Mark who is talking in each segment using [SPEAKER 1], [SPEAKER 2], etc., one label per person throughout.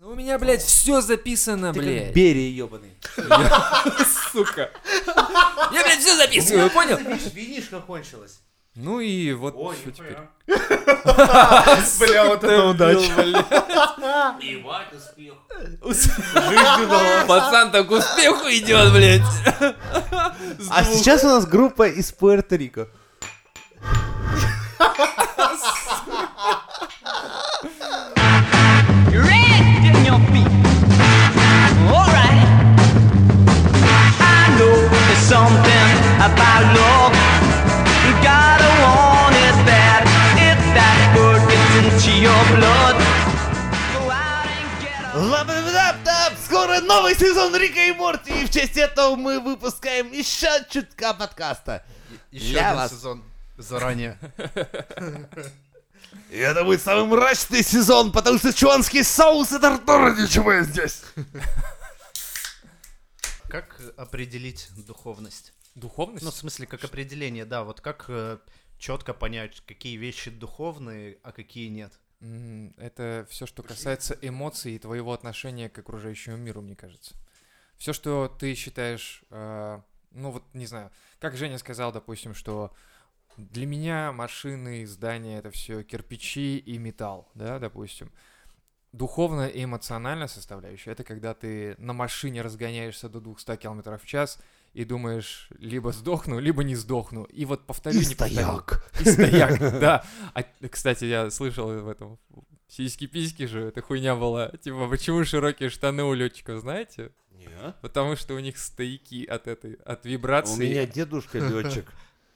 [SPEAKER 1] Ну, меня, блядь, все записано, блядь.
[SPEAKER 2] Берия ебаный.
[SPEAKER 1] Сука. Я, блядь, все записываю, понял?
[SPEAKER 2] Видишь, винишка кончилась.
[SPEAKER 1] Ну и вот что теперь.
[SPEAKER 3] нихуя.
[SPEAKER 2] Бля, вот это удача.
[SPEAKER 3] Ебать, успех.
[SPEAKER 1] Пацан так к успеху идет, блядь.
[SPEAKER 2] А сейчас у нас группа из Пуэрто-Рико.
[SPEAKER 4] Red in your feet. Alright. I know there's something about love. You gotta want it bad. It's that good gets into your blood. Go out and get a
[SPEAKER 2] Лап-лап-лап-лап! Скоро новый сезон Рика и Морти, и в честь этого мы выпускаем еще чутка подкаста.
[SPEAKER 5] Еще
[SPEAKER 2] Для
[SPEAKER 5] один
[SPEAKER 2] вас.
[SPEAKER 5] сезон заранее.
[SPEAKER 2] И это будет самый мрачный сезон, потому что чуанский соус и тартура ничего здесь.
[SPEAKER 5] Как определить духовность?
[SPEAKER 1] Духовность?
[SPEAKER 5] Ну, в смысле, как определение, да. Вот как четко понять, какие вещи духовные, а какие нет.
[SPEAKER 1] М, Это все, что касается эмоций и твоего отношения к окружающему миру, мне кажется. Все, что ты считаешь, э, ну вот не знаю, как Женя сказал, допустим, что для меня машины, здания это все кирпичи и металл, да, допустим. Духовная и эмоциональная составляющая это когда ты на машине разгоняешься до 200 км в час и думаешь, либо сдохну, либо не сдохну. И вот повторю,
[SPEAKER 2] И
[SPEAKER 1] не повторю.
[SPEAKER 2] стояк.
[SPEAKER 1] И стояк, да. А, кстати, я слышал в этом сиськи-письки же, эта хуйня была. Типа, почему широкие штаны у летчиков, знаете? Потому что у них стояки от этой, от вибрации.
[SPEAKER 2] У меня дедушка летчик.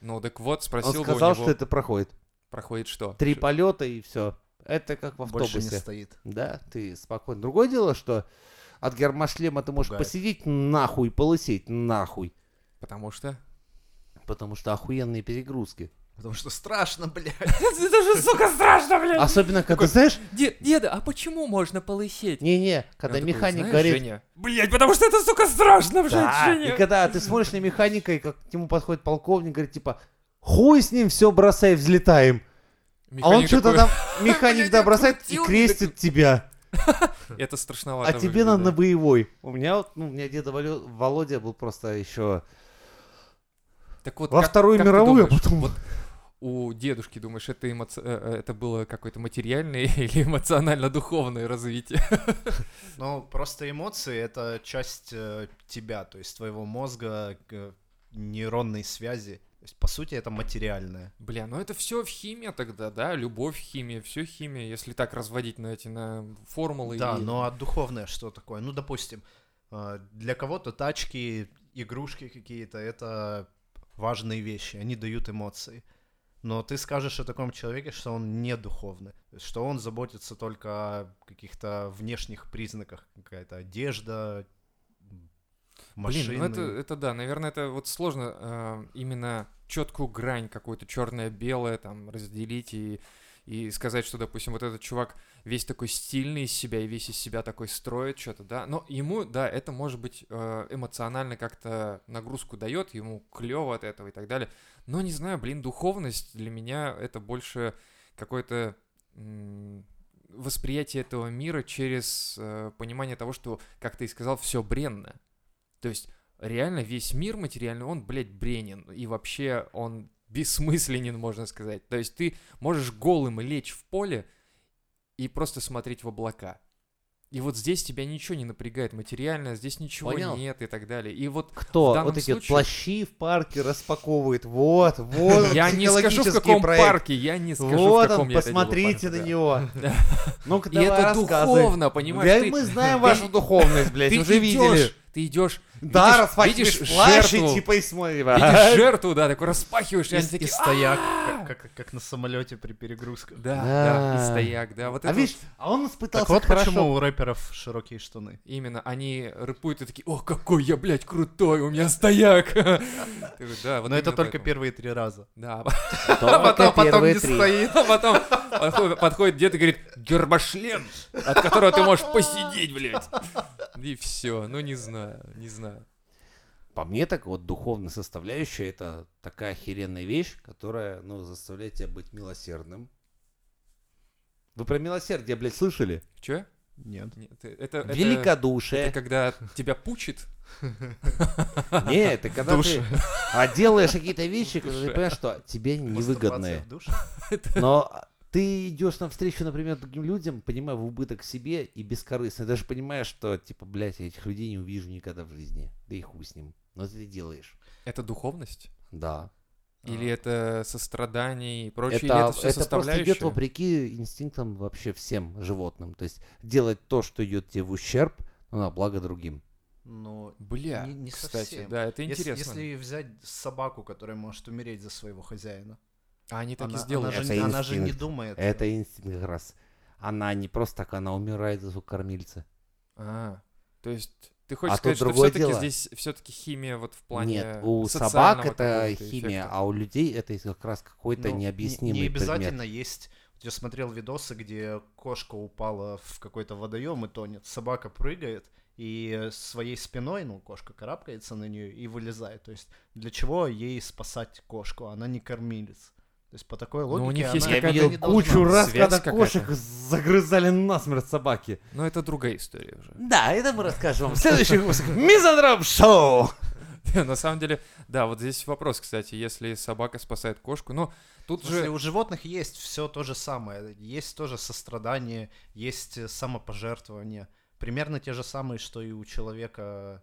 [SPEAKER 1] Ну, так вот,
[SPEAKER 2] Он
[SPEAKER 1] спросил бы у
[SPEAKER 2] сказал,
[SPEAKER 1] него,
[SPEAKER 2] что это проходит.
[SPEAKER 1] проходит что?
[SPEAKER 2] Три
[SPEAKER 1] Ш-
[SPEAKER 2] полета и все. Это как в
[SPEAKER 5] Больше не
[SPEAKER 2] автобусе.
[SPEAKER 5] стоит.
[SPEAKER 2] Да, ты спокойно. Другое дело, что от гермошлема ты можешь
[SPEAKER 5] Пугает.
[SPEAKER 2] посидеть нахуй, полысеть нахуй.
[SPEAKER 1] Потому что?
[SPEAKER 2] Потому что охуенные перегрузки.
[SPEAKER 5] Потому что страшно, блядь.
[SPEAKER 1] Это же, сука, страшно, блядь!
[SPEAKER 2] Особенно, когда, знаешь,
[SPEAKER 1] Деда, а почему можно полысеть?
[SPEAKER 2] не-не, когда механик говорит...
[SPEAKER 1] Блять, потому что это, сука, страшно,
[SPEAKER 2] Да, и когда ты смотришь на механика, и как к нему подходит полковник, говорит, типа, хуй с ним, все бросай, взлетаем. А он что-то там, механик, да, бросает и
[SPEAKER 1] крутил,
[SPEAKER 2] крестит тебя.
[SPEAKER 1] Это страшновато.
[SPEAKER 2] А тебе
[SPEAKER 1] выглядит,
[SPEAKER 2] надо
[SPEAKER 1] да.
[SPEAKER 2] на боевой. У меня вот, ну, у меня деда Валё- Володя был просто еще...
[SPEAKER 1] Так вот,
[SPEAKER 2] Во
[SPEAKER 1] как-
[SPEAKER 2] Вторую
[SPEAKER 1] как ты
[SPEAKER 2] мировую, а
[SPEAKER 1] думаешь,
[SPEAKER 2] потом-
[SPEAKER 1] вот у дедушки, думаешь, это, эмоци- э, э, это было какое-то материальное или эмоционально-духовное развитие?
[SPEAKER 5] Ну, просто эмоции — это часть э, тебя, то есть твоего мозга, э, нейронной связи. То есть, по сути, это материальное.
[SPEAKER 1] Бля, ну это все в химии тогда, да? Любовь, химия, все химия, если так разводить на эти на формулы.
[SPEAKER 5] Да,
[SPEAKER 1] и-
[SPEAKER 5] но а духовное что такое? Ну, допустим, э, для кого-то тачки, игрушки какие-то — это важные вещи, они дают эмоции. Но ты скажешь о таком человеке, что он не духовный, то есть что он заботится только о каких-то внешних признаках, какая-то одежда, м, машины.
[SPEAKER 1] Блин, ну это, это да, наверное, это вот сложно э, именно четкую грань какую-то черное-белое там разделить и, и сказать, что, допустим, вот этот чувак весь такой стильный из себя и весь из себя такой строит что-то, да. Но ему, да, это может быть э, эмоционально как-то нагрузку дает, ему клево от этого и так далее. Но не знаю, блин, духовность для меня это больше какое-то м, восприятие этого мира через э, понимание того, что, как ты и сказал, все бренно. То есть реально весь мир материальный, он, блядь, бренен. И вообще он бессмысленен, можно сказать. То есть ты можешь голым лечь в поле и просто смотреть в облака. И вот здесь тебя ничего не напрягает материально, здесь ничего
[SPEAKER 2] Понял.
[SPEAKER 1] нет и так далее. И вот В
[SPEAKER 2] Кто?
[SPEAKER 1] данном
[SPEAKER 2] Вот эти вот
[SPEAKER 1] случае-
[SPEAKER 2] плащи в парке распаковывает. Вот, вот.
[SPEAKER 1] я не скажу, в
[SPEAKER 2] психологический
[SPEAKER 1] каком
[SPEAKER 2] проект.
[SPEAKER 1] парке, я не скажу, в
[SPEAKER 2] Вот
[SPEAKER 1] каком
[SPEAKER 2] он,
[SPEAKER 1] я ходил в
[SPEAKER 2] посмотрите
[SPEAKER 1] парк,
[SPEAKER 2] на
[SPEAKER 1] да.
[SPEAKER 2] него. Ну-ка,
[SPEAKER 1] И это
[SPEAKER 2] давай рассказывай.
[SPEAKER 1] духовно,
[SPEAKER 2] Да,
[SPEAKER 1] понимаешь? ты-
[SPEAKER 2] мы знаем вашу духовность, блядь,
[SPEAKER 1] ты
[SPEAKER 2] уже видели.
[SPEAKER 1] идешь, ты идешь,
[SPEAKER 2] Да,
[SPEAKER 1] видишь-
[SPEAKER 2] распахиваешь
[SPEAKER 1] видишь
[SPEAKER 2] плащ и
[SPEAKER 1] жертву.
[SPEAKER 2] типа и смотри.
[SPEAKER 1] видишь
[SPEAKER 2] а.
[SPEAKER 1] жертву, да, такой распахиваешь, и
[SPEAKER 5] И,
[SPEAKER 1] они
[SPEAKER 5] и
[SPEAKER 1] такие, «А!»
[SPEAKER 5] стояк, как, как- как на самолете при перегрузках.
[SPEAKER 1] Да,
[SPEAKER 2] Да.
[SPEAKER 1] да, и стояк, да, вот
[SPEAKER 2] А
[SPEAKER 1] это
[SPEAKER 2] видишь, а он
[SPEAKER 5] Так
[SPEAKER 2] испытался
[SPEAKER 5] вот
[SPEAKER 2] хорошо.
[SPEAKER 5] почему у рэперов широкие штаны.
[SPEAKER 1] вот именно, они рыпуют и такие, о, какой я, блядь, крутой, у меня стояк. Ты же, Да, А вот
[SPEAKER 5] Но это
[SPEAKER 1] именно
[SPEAKER 5] только
[SPEAKER 1] поэтому.
[SPEAKER 5] первые три раза.
[SPEAKER 1] Да,
[SPEAKER 2] Только первые три.
[SPEAKER 1] а потом подходит- подходит дед и говорит, гербошлем, от которого ты можешь посидеть, блядь. И все, ну не знаю, не знаю.
[SPEAKER 2] По мне, так вот духовная составляющая это такая охеренная вещь, которая, ну, заставляет тебя быть милосердным. Вы про милосердие, блядь, слышали?
[SPEAKER 1] Че?
[SPEAKER 5] Нет.
[SPEAKER 1] Нет, это, это-
[SPEAKER 2] Великодушие.
[SPEAKER 1] это когда тебя пучит.
[SPEAKER 2] Нет, это когда
[SPEAKER 5] Душа.
[SPEAKER 2] ты а делаешь какие-то вещи, которые ты понимаешь, что тебе
[SPEAKER 5] Мастурбация
[SPEAKER 2] невыгодные.
[SPEAKER 5] в душе?
[SPEAKER 2] Но ты идешь навстречу, например, другим людям, понимая в убыток себе и бескорыстно. Даже понимаешь, что, типа, блядь, я этих людей не увижу никогда в жизни. Да и хуй с ним. Но ты это делаешь.
[SPEAKER 1] Это духовность?
[SPEAKER 2] Да.
[SPEAKER 1] Или это сострадание и прочее?
[SPEAKER 2] А. Это,
[SPEAKER 1] или это все
[SPEAKER 2] это просто идет
[SPEAKER 1] составляющие?
[SPEAKER 2] вопреки инстинктам вообще всем животным. То есть делать то, что идет тебе в ущерб, но на благо другим.
[SPEAKER 5] Ну,
[SPEAKER 1] Бля,
[SPEAKER 5] Не- не
[SPEAKER 1] кстати,
[SPEAKER 5] совсем.
[SPEAKER 1] да, это
[SPEAKER 5] если,
[SPEAKER 1] интересно.
[SPEAKER 5] если взять собаку, которая может умереть за своего хозяина,
[SPEAKER 1] А они так
[SPEAKER 5] она,
[SPEAKER 1] и
[SPEAKER 5] она
[SPEAKER 1] сделали.
[SPEAKER 5] же,
[SPEAKER 2] Это
[SPEAKER 5] не- она же не
[SPEAKER 2] инстинкт.
[SPEAKER 5] думает.
[SPEAKER 2] Это инстинкт как раз. Она не просто так, она умирает за звук кормильца.
[SPEAKER 1] А, то есть ты хочешь
[SPEAKER 2] А тут
[SPEAKER 1] сказать, что
[SPEAKER 2] другое
[SPEAKER 1] все-таки
[SPEAKER 2] дело.
[SPEAKER 1] здесь все-таки химия вот в плане
[SPEAKER 2] Нет, у
[SPEAKER 1] социального
[SPEAKER 2] собак это
[SPEAKER 1] какого-то
[SPEAKER 2] химия,
[SPEAKER 1] эффекта?
[SPEAKER 2] а у людей это как раз какой-то
[SPEAKER 5] Ну, не-
[SPEAKER 2] необъяснимый
[SPEAKER 5] Не
[SPEAKER 2] предмет.
[SPEAKER 5] обязательно есть. Вот Я смотрел видосы, где кошка упала в какой-то водоем и тонет. Собака прыгает и своей спиной, ну, кошка карабкается на нее и вылезает. То есть для чего ей спасать кошку? Она не кормилец. То есть по такой
[SPEAKER 1] Ну, у
[SPEAKER 5] логике
[SPEAKER 1] них
[SPEAKER 5] она-
[SPEAKER 1] есть
[SPEAKER 2] Я
[SPEAKER 1] какая-то
[SPEAKER 5] она
[SPEAKER 2] видел
[SPEAKER 5] не должна
[SPEAKER 2] кучу раз,
[SPEAKER 1] связь
[SPEAKER 2] когда
[SPEAKER 1] какая-то.
[SPEAKER 2] кошек загрызали насмерть собаки.
[SPEAKER 1] Но Ну, это другая история уже.
[SPEAKER 2] Да, это мы расскажем вам в следующих выпусках. Мизодроп Шоу!
[SPEAKER 1] На самом деле, да, вот здесь вопрос, кстати, если собака спасает кошку, но тут
[SPEAKER 5] В смысле,
[SPEAKER 1] же...
[SPEAKER 5] у животных есть все то же самое. Есть тоже сострадание, есть э, самопожертвование. Примерно те же самые, что и у человека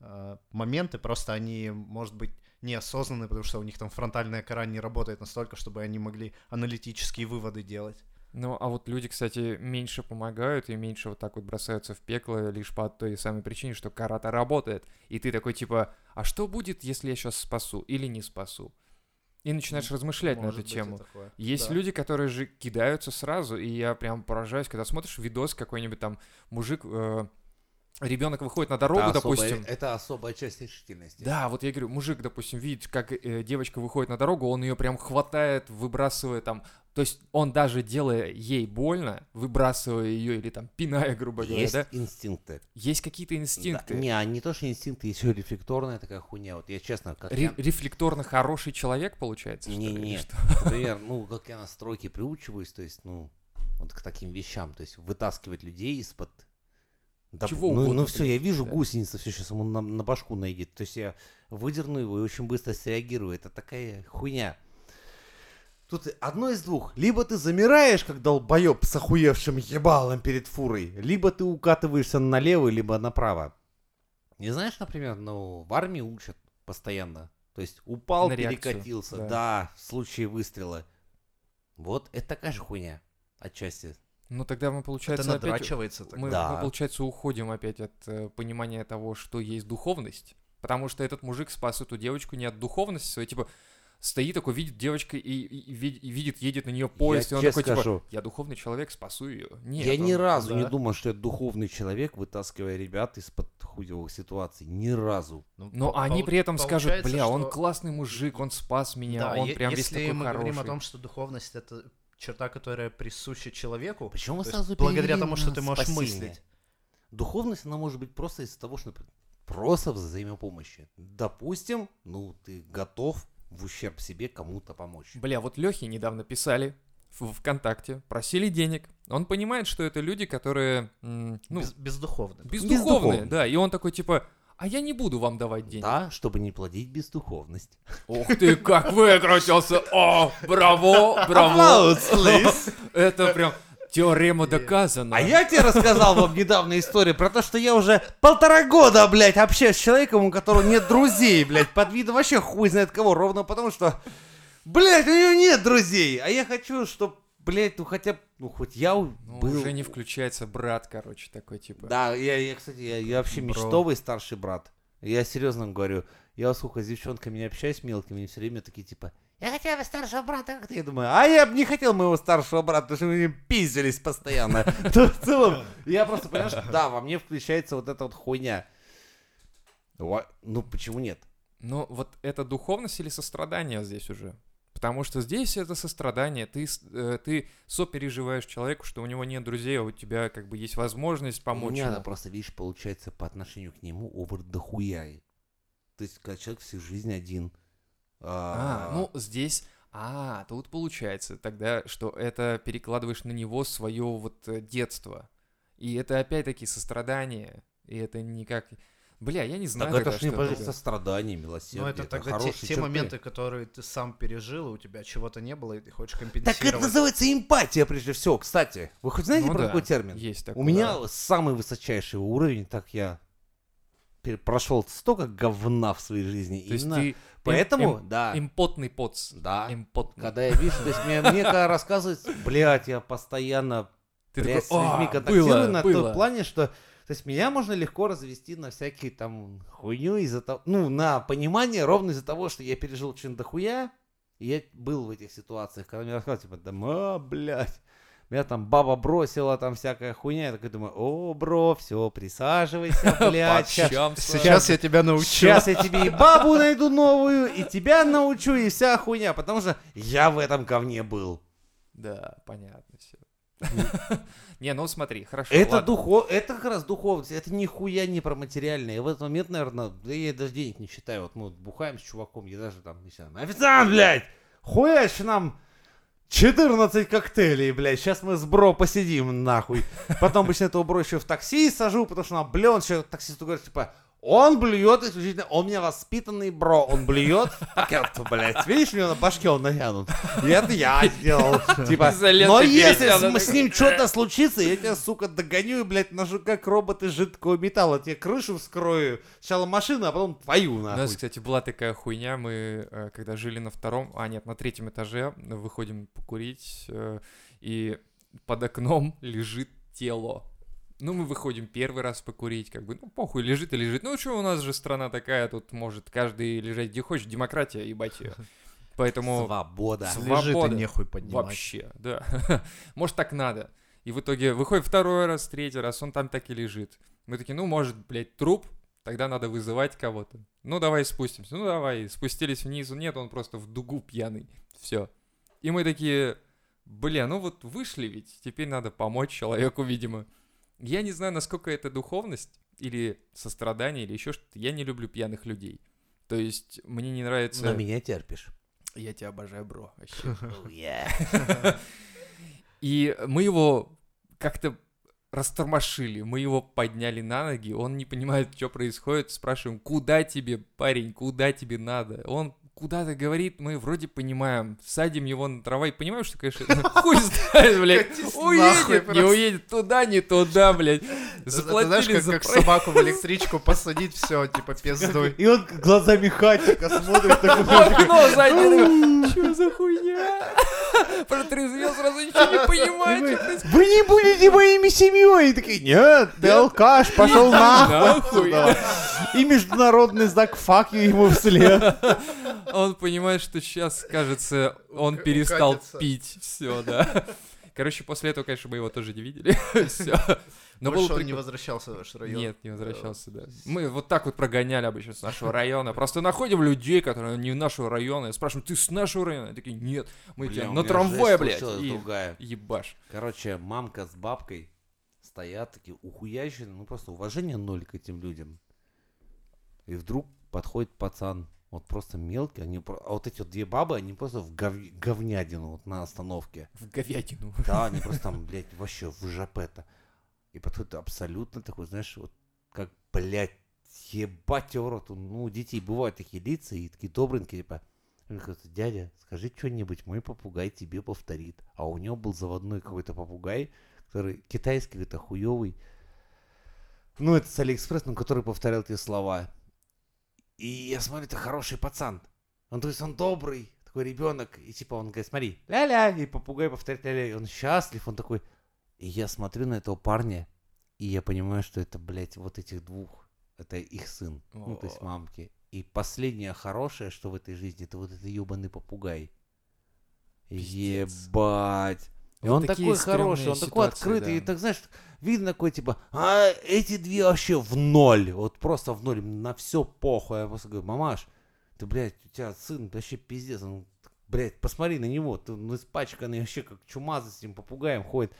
[SPEAKER 5] э, моменты, просто они, может быть, неосознанные, потому что у них там фронтальная кора не работает настолько, чтобы они могли аналитические выводы делать.
[SPEAKER 1] Ну, а вот люди, кстати, меньше помогают и меньше вот так вот бросаются в пекло лишь по той самой причине, что карата работает. И ты такой типа, а что будет, если я сейчас спасу или не спасу? И начинаешь размышлять
[SPEAKER 5] Может
[SPEAKER 1] на
[SPEAKER 5] быть,
[SPEAKER 1] эту
[SPEAKER 5] и
[SPEAKER 1] тему.
[SPEAKER 5] такое.
[SPEAKER 1] Есть
[SPEAKER 5] Да.
[SPEAKER 1] люди, которые же кидаются сразу, и я прям поражаюсь, когда смотришь видос какой-нибудь там мужик, ребенок выходит на дорогу, допустим.
[SPEAKER 2] это особая часть решительности.
[SPEAKER 1] Да, вот я говорю, мужик, допустим, видит, как э, девочка выходит на дорогу, он ее прям хватает, выбрасывая там. То есть он даже делая ей больно, выбрасывая ее или там пиная, грубо говоря,
[SPEAKER 2] Есть
[SPEAKER 1] да,
[SPEAKER 2] инстинкты.
[SPEAKER 1] есть какие-то инстинкты.
[SPEAKER 2] Да, не, а не то, что инстинкты, еще рефлекторная такая хуйня. Вот я честно, как
[SPEAKER 1] Ре-
[SPEAKER 2] я-
[SPEAKER 1] Рефлекторно хороший человек получается, что
[SPEAKER 2] Не,
[SPEAKER 1] ли, или
[SPEAKER 2] не.
[SPEAKER 1] что?
[SPEAKER 2] Например, ну, как я на стройке приучиваюсь, то есть, ну, вот к таким вещам, то есть вытаскивать людей из-под... Да,
[SPEAKER 1] Чего
[SPEAKER 2] ну,
[SPEAKER 1] угодно,
[SPEAKER 2] ну все, я вижу
[SPEAKER 1] да.
[SPEAKER 2] гусеница, все сейчас ему на, на башку найдет. То есть я выдерну его и очень быстро среагирую. Это такая хуйня. Тут одно из двух. Либо ты замираешь, как долбоеб с охуевшим ебалом перед фурой, либо ты укатываешься налево, либо направо. Не знаешь, например, ну, в армии учат постоянно. То есть упал,
[SPEAKER 1] На реакцию,
[SPEAKER 2] перекатился.
[SPEAKER 1] да.
[SPEAKER 2] Да. в случае выстрела. Вот, это такая же хуйня. Отчасти.
[SPEAKER 1] Ну тогда мы,
[SPEAKER 5] Это
[SPEAKER 1] получается, опять
[SPEAKER 5] надрачивается. так.
[SPEAKER 1] мы,
[SPEAKER 2] Да.
[SPEAKER 1] мы, получается, уходим опять от э, понимания того, что есть духовность. Потому что этот мужик спас эту девочку не от духовности своей, типа, стоит такой, видит девочка и, и- и ви- и видит, едет на нее поезд, и
[SPEAKER 2] Я
[SPEAKER 1] он
[SPEAKER 2] честно
[SPEAKER 1] такой, типа,
[SPEAKER 2] скажу.
[SPEAKER 1] я духовный человек, спасу ее. Нет,
[SPEAKER 2] я ни
[SPEAKER 1] он-
[SPEAKER 2] разу не
[SPEAKER 5] да.
[SPEAKER 2] думал, что я духовный человек, вытаскивая ребят из-под хуевых ситуаций. Ни разу.
[SPEAKER 5] Ну,
[SPEAKER 1] Но
[SPEAKER 5] по-
[SPEAKER 1] они
[SPEAKER 5] пол-
[SPEAKER 1] при этом скажут,
[SPEAKER 5] получается,
[SPEAKER 1] бля, он
[SPEAKER 5] что-
[SPEAKER 1] классный мужик, он спас меня,
[SPEAKER 5] Да,
[SPEAKER 1] он
[SPEAKER 5] е-
[SPEAKER 1] прям весь
[SPEAKER 5] если
[SPEAKER 1] такой
[SPEAKER 5] мы
[SPEAKER 1] хороший.
[SPEAKER 5] говорим о том, что духовность это черта, которая присуща человеку,
[SPEAKER 2] Почему мы
[SPEAKER 5] то есть
[SPEAKER 2] сразу
[SPEAKER 5] благодаря
[SPEAKER 2] перевели
[SPEAKER 5] тому, что
[SPEAKER 2] на
[SPEAKER 5] ты можешь
[SPEAKER 2] спасение?
[SPEAKER 5] мыслить.
[SPEAKER 2] Духовность, она может быть просто из-за того, что например, просто взаимопомощи. Допустим, ну, ты готов в ущерб себе кому-то помочь.
[SPEAKER 1] Бля, вот Лехи недавно писали в ВКонтакте, просили денег. Он понимает, что это люди, которые, м, ну,
[SPEAKER 5] Без- бездуховно.
[SPEAKER 1] бездуховные,
[SPEAKER 2] бездуховные.
[SPEAKER 1] да, и он такой, типа, а я не буду вам давать денег.
[SPEAKER 2] Да, чтобы не плодить бездуховность.
[SPEAKER 1] Ух ты, как выкрутился! О, браво, браво! Это прям теорема доказана.
[SPEAKER 2] А я тебе рассказал вам недавно историю про то, что я уже полтора года, блядь, общаюсь с человеком, у которого нет друзей, блядь, под видом вообще хуй знает кого, ровно потому что, блядь, у него нет друзей, а я хочу, чтобы, блядь, ну хотя бы, ну хоть я у-
[SPEAKER 1] Ну,
[SPEAKER 2] был...
[SPEAKER 1] Уже не включается брат, короче, такой типа.
[SPEAKER 2] Да, я, я, кстати, я, я вообще
[SPEAKER 5] Бро.
[SPEAKER 2] мечтовый старший брат. Я серьезно вам говорю. Я сколько с девчонками не общаюсь мелкими, они все время такие типа, я хотел бы старшего брата, как ты? Я думаю, а я бы не хотел моего старшего брата, потому что мы им пиздились постоянно. То в целом, я просто понимаю, что да, во мне включается вот эта вот хуйня. Во- Ну почему нет?
[SPEAKER 1] Но Ну, вот это духовность или сострадание здесь уже? Потому что здесь это сострадание, ты, с- э, ты сопереживаешь человеку, что у него нет друзей, а у тебя как бы есть возможность
[SPEAKER 2] У
[SPEAKER 1] помочь.
[SPEAKER 2] меня
[SPEAKER 1] ему.
[SPEAKER 2] она просто, видишь, получается по отношению к нему образ дохуя. То есть, когда человек всю жизнь один.
[SPEAKER 1] А, ну здесь... А, тут получается тогда, что это перекладываешь на него свое вот э, детство. И это опять-таки сострадание. И это никак... Бля, я не знаю.
[SPEAKER 2] Так это
[SPEAKER 1] тогда,
[SPEAKER 2] ж не
[SPEAKER 1] что
[SPEAKER 2] подожди,
[SPEAKER 1] это.
[SPEAKER 2] сострадание,
[SPEAKER 5] Ну,
[SPEAKER 2] милосердие.
[SPEAKER 5] это тогда те,
[SPEAKER 2] хорошие
[SPEAKER 5] те
[SPEAKER 2] черты.
[SPEAKER 5] моменты, которые ты сам пережил, и у тебя чего-то не было, и ты хочешь
[SPEAKER 2] Так это
[SPEAKER 5] компенсировать.
[SPEAKER 2] называется эмпатия, прежде всего. Кстати, вы хоть знаете
[SPEAKER 1] Ну
[SPEAKER 2] про
[SPEAKER 1] да,
[SPEAKER 2] такой термин?
[SPEAKER 1] Есть такое.
[SPEAKER 2] У меня самый высочайший уровень, так я пер- прошел столько говна в своей жизни.
[SPEAKER 1] То есть
[SPEAKER 2] именно
[SPEAKER 1] ты
[SPEAKER 2] Поэтому,
[SPEAKER 1] эм-
[SPEAKER 2] да,
[SPEAKER 1] импотный поц.
[SPEAKER 2] да.
[SPEAKER 1] Импотный.
[SPEAKER 2] Когда я вижу, то есть мне, мне когда рассказывают, блядь, я постоянно
[SPEAKER 1] Ты
[SPEAKER 2] блядь,
[SPEAKER 1] такой,
[SPEAKER 2] с людьми
[SPEAKER 1] «А,
[SPEAKER 2] контактирую
[SPEAKER 1] было,
[SPEAKER 2] на
[SPEAKER 1] было».
[SPEAKER 2] том плане, что то есть меня можно легко развести на всякие там хуйню из-за того, ну, на понимание ровно из-за того, что я пережил чин дохуя, и я был в этих ситуациях, когда мне рассказывают, типа, да, а, блядь, меня там баба бросила, там всякая хуйня, я такой думаю, о, бро, все, присаживайся, блядь, щас-
[SPEAKER 1] Пообщаемся.
[SPEAKER 5] Сейчас я тебя научу.
[SPEAKER 2] Сейчас я тебе и бабу найду новую, и тебя научу, и вся хуйня, потому что я в этом говне был.
[SPEAKER 1] Да, понятно все. Не, ну смотри, хорошо.
[SPEAKER 2] Это,
[SPEAKER 1] ладно.
[SPEAKER 2] духо... это как раз духовность, это нихуя не про материальное. Я в этот момент, наверное, да я даже денег не считаю. Вот мы вот бухаем с чуваком, я даже там, не знаю, официант, блядь, хуяч нам 14 коктейлей, блядь, сейчас мы с бро посидим, нахуй. Потом обычно этого бро еще в такси сажу, потому что нам, бля, он еще таксисту говорит, типа, он блюет исключительно, он у меня воспитанный бро, он блюет в пакет, блядь. Видишь, у него на башке он натянут. И это я сделал. Типа,
[SPEAKER 1] Изолента
[SPEAKER 2] но если
[SPEAKER 1] перетянута.
[SPEAKER 2] с мы с ним что-то случится, я тебя, сука, догоню и, блядь, ножу как робот из жидкого металла. Тебе крышу вскрою, сначала машину, а потом твою,
[SPEAKER 1] У нас,
[SPEAKER 2] нахуй.
[SPEAKER 1] кстати, была такая хуйня, мы э, когда жили на втором, а нет, на третьем этаже, выходим покурить, э, и под окном лежит тело. Ну, мы выходим первый раз покурить, как бы, ну, похуй, лежит и лежит. Ну, что у нас же страна такая, тут может каждый лежать где хочешь, демократия, ебать ее. Поэтому...
[SPEAKER 2] Свобода.
[SPEAKER 1] Св-
[SPEAKER 5] Лежи ты
[SPEAKER 1] свобода.
[SPEAKER 5] нехуй поднимать.
[SPEAKER 1] Вообще, да. Может, так надо. И в итоге выходит второй раз, третий раз, он там так и лежит. Мы такие, ну, может, блядь, труп, тогда надо вызывать кого-то. Ну, давай спустимся. Ну, давай. Спустились вниз. Нет, он просто в дугу пьяный. Все. И мы такие, бля, ну вот вышли ведь, теперь надо помочь человеку, видимо. Я не знаю, насколько это духовность или сострадание, или еще что-то. Я не люблю пьяных людей. То есть мне не нравится...
[SPEAKER 2] На меня терпишь.
[SPEAKER 1] Я тебя обожаю, бро. Вообще.
[SPEAKER 4] Oh,
[SPEAKER 1] И мы его как-то растормошили, мы его подняли на ноги, он не понимает, что происходит, спрашиваем, куда тебе, парень, куда тебе надо? Он куда-то говорит, мы вроде понимаем, садим его на дрова и понимаем, что, конечно, хуй знает, блядь,
[SPEAKER 5] Катись нахуй
[SPEAKER 1] уедет, не
[SPEAKER 5] просто.
[SPEAKER 1] уедет, туда, не туда, блядь,
[SPEAKER 5] Это- это знаешь,
[SPEAKER 1] заплатили
[SPEAKER 5] как,
[SPEAKER 1] за
[SPEAKER 5] как
[SPEAKER 1] проезд.
[SPEAKER 5] собаку в электричку посадить, все, типа, пиздуй.
[SPEAKER 2] И он глазами хатика смотрит.
[SPEAKER 1] В окно сзади, что за хуйня? Протрезвел, сразу ничего не понимает, что происходит.
[SPEAKER 2] Вы не будете моими семьей! И такие, нет, ты алкаш, пошел нахуй.
[SPEAKER 1] Нахуй.
[SPEAKER 2] отсюда». И международный знак фак ему вслед.
[SPEAKER 1] Он понимает, что сейчас, кажется, он перестал
[SPEAKER 5] укатится.
[SPEAKER 1] пить. Все, да. Короче, после этого, конечно, мы его тоже не видели. Все. Но было
[SPEAKER 5] Больше он не
[SPEAKER 1] прикольно.
[SPEAKER 5] возвращался в ваш район.
[SPEAKER 1] Нет, не возвращался, да. Мы вот так вот прогоняли обычно с нашего района. Просто находим людей, которые не нашего района. И спрашиваем, ты с нашего района? Они такие, нет, мы тебя на трамвае, блядь. И ебаш.
[SPEAKER 2] Короче, мамка с бабкой стоят такие ухуящие, ну просто уважение ноль к этим людям. И вдруг подходит пацан, вот просто мелкий, они, про- а вот эти вот две бабы, они просто в гов- говнядину вот на остановке.
[SPEAKER 1] В говядину.
[SPEAKER 2] Да, они просто там, блядь, вообще в жопе-то. И подходит абсолютно такой, знаешь, вот как, блядь, ебать его в рот. Ну, у детей бывают такие лица и такие добренькие, типа, он говорит, дядя, скажи что-нибудь, мой попугай тебе повторит. А у него был заводной какой-то попугай, который китайский, какой-то хуёвый. Ну, это с Алиэкспресс, ну, который повторял те слова. И я смотрю, это хороший пацан. Он, то есть, он добрый, такой ребенок. И типа он говорит, смотри, ля-ля, и попугай повторяет ля-ля. И он счастлив, он такой. И я смотрю на этого парня, и я понимаю, что это, блядь, вот этих двух. Это их сын, ну, то есть
[SPEAKER 1] О.
[SPEAKER 2] мамки. И последнее хорошее, что в этой жизни, это вот этот ебаный попугай.
[SPEAKER 1] Пиздец.
[SPEAKER 2] Ебать. И
[SPEAKER 1] Вот
[SPEAKER 2] он
[SPEAKER 1] такие
[SPEAKER 2] такой хороший,
[SPEAKER 1] стрёмные
[SPEAKER 2] он такой
[SPEAKER 1] ситуации,
[SPEAKER 2] открытый, и
[SPEAKER 1] да.
[SPEAKER 2] так, знаешь, видно такой, типа, а эти две вообще в ноль, вот просто в ноль, на все похуй. Я просто говорю, мамаш, ты, блядь, у тебя сын вообще пиздец, он, блядь, посмотри на него, ты, он испачканный вообще как чумазый с этим попугаем ходит.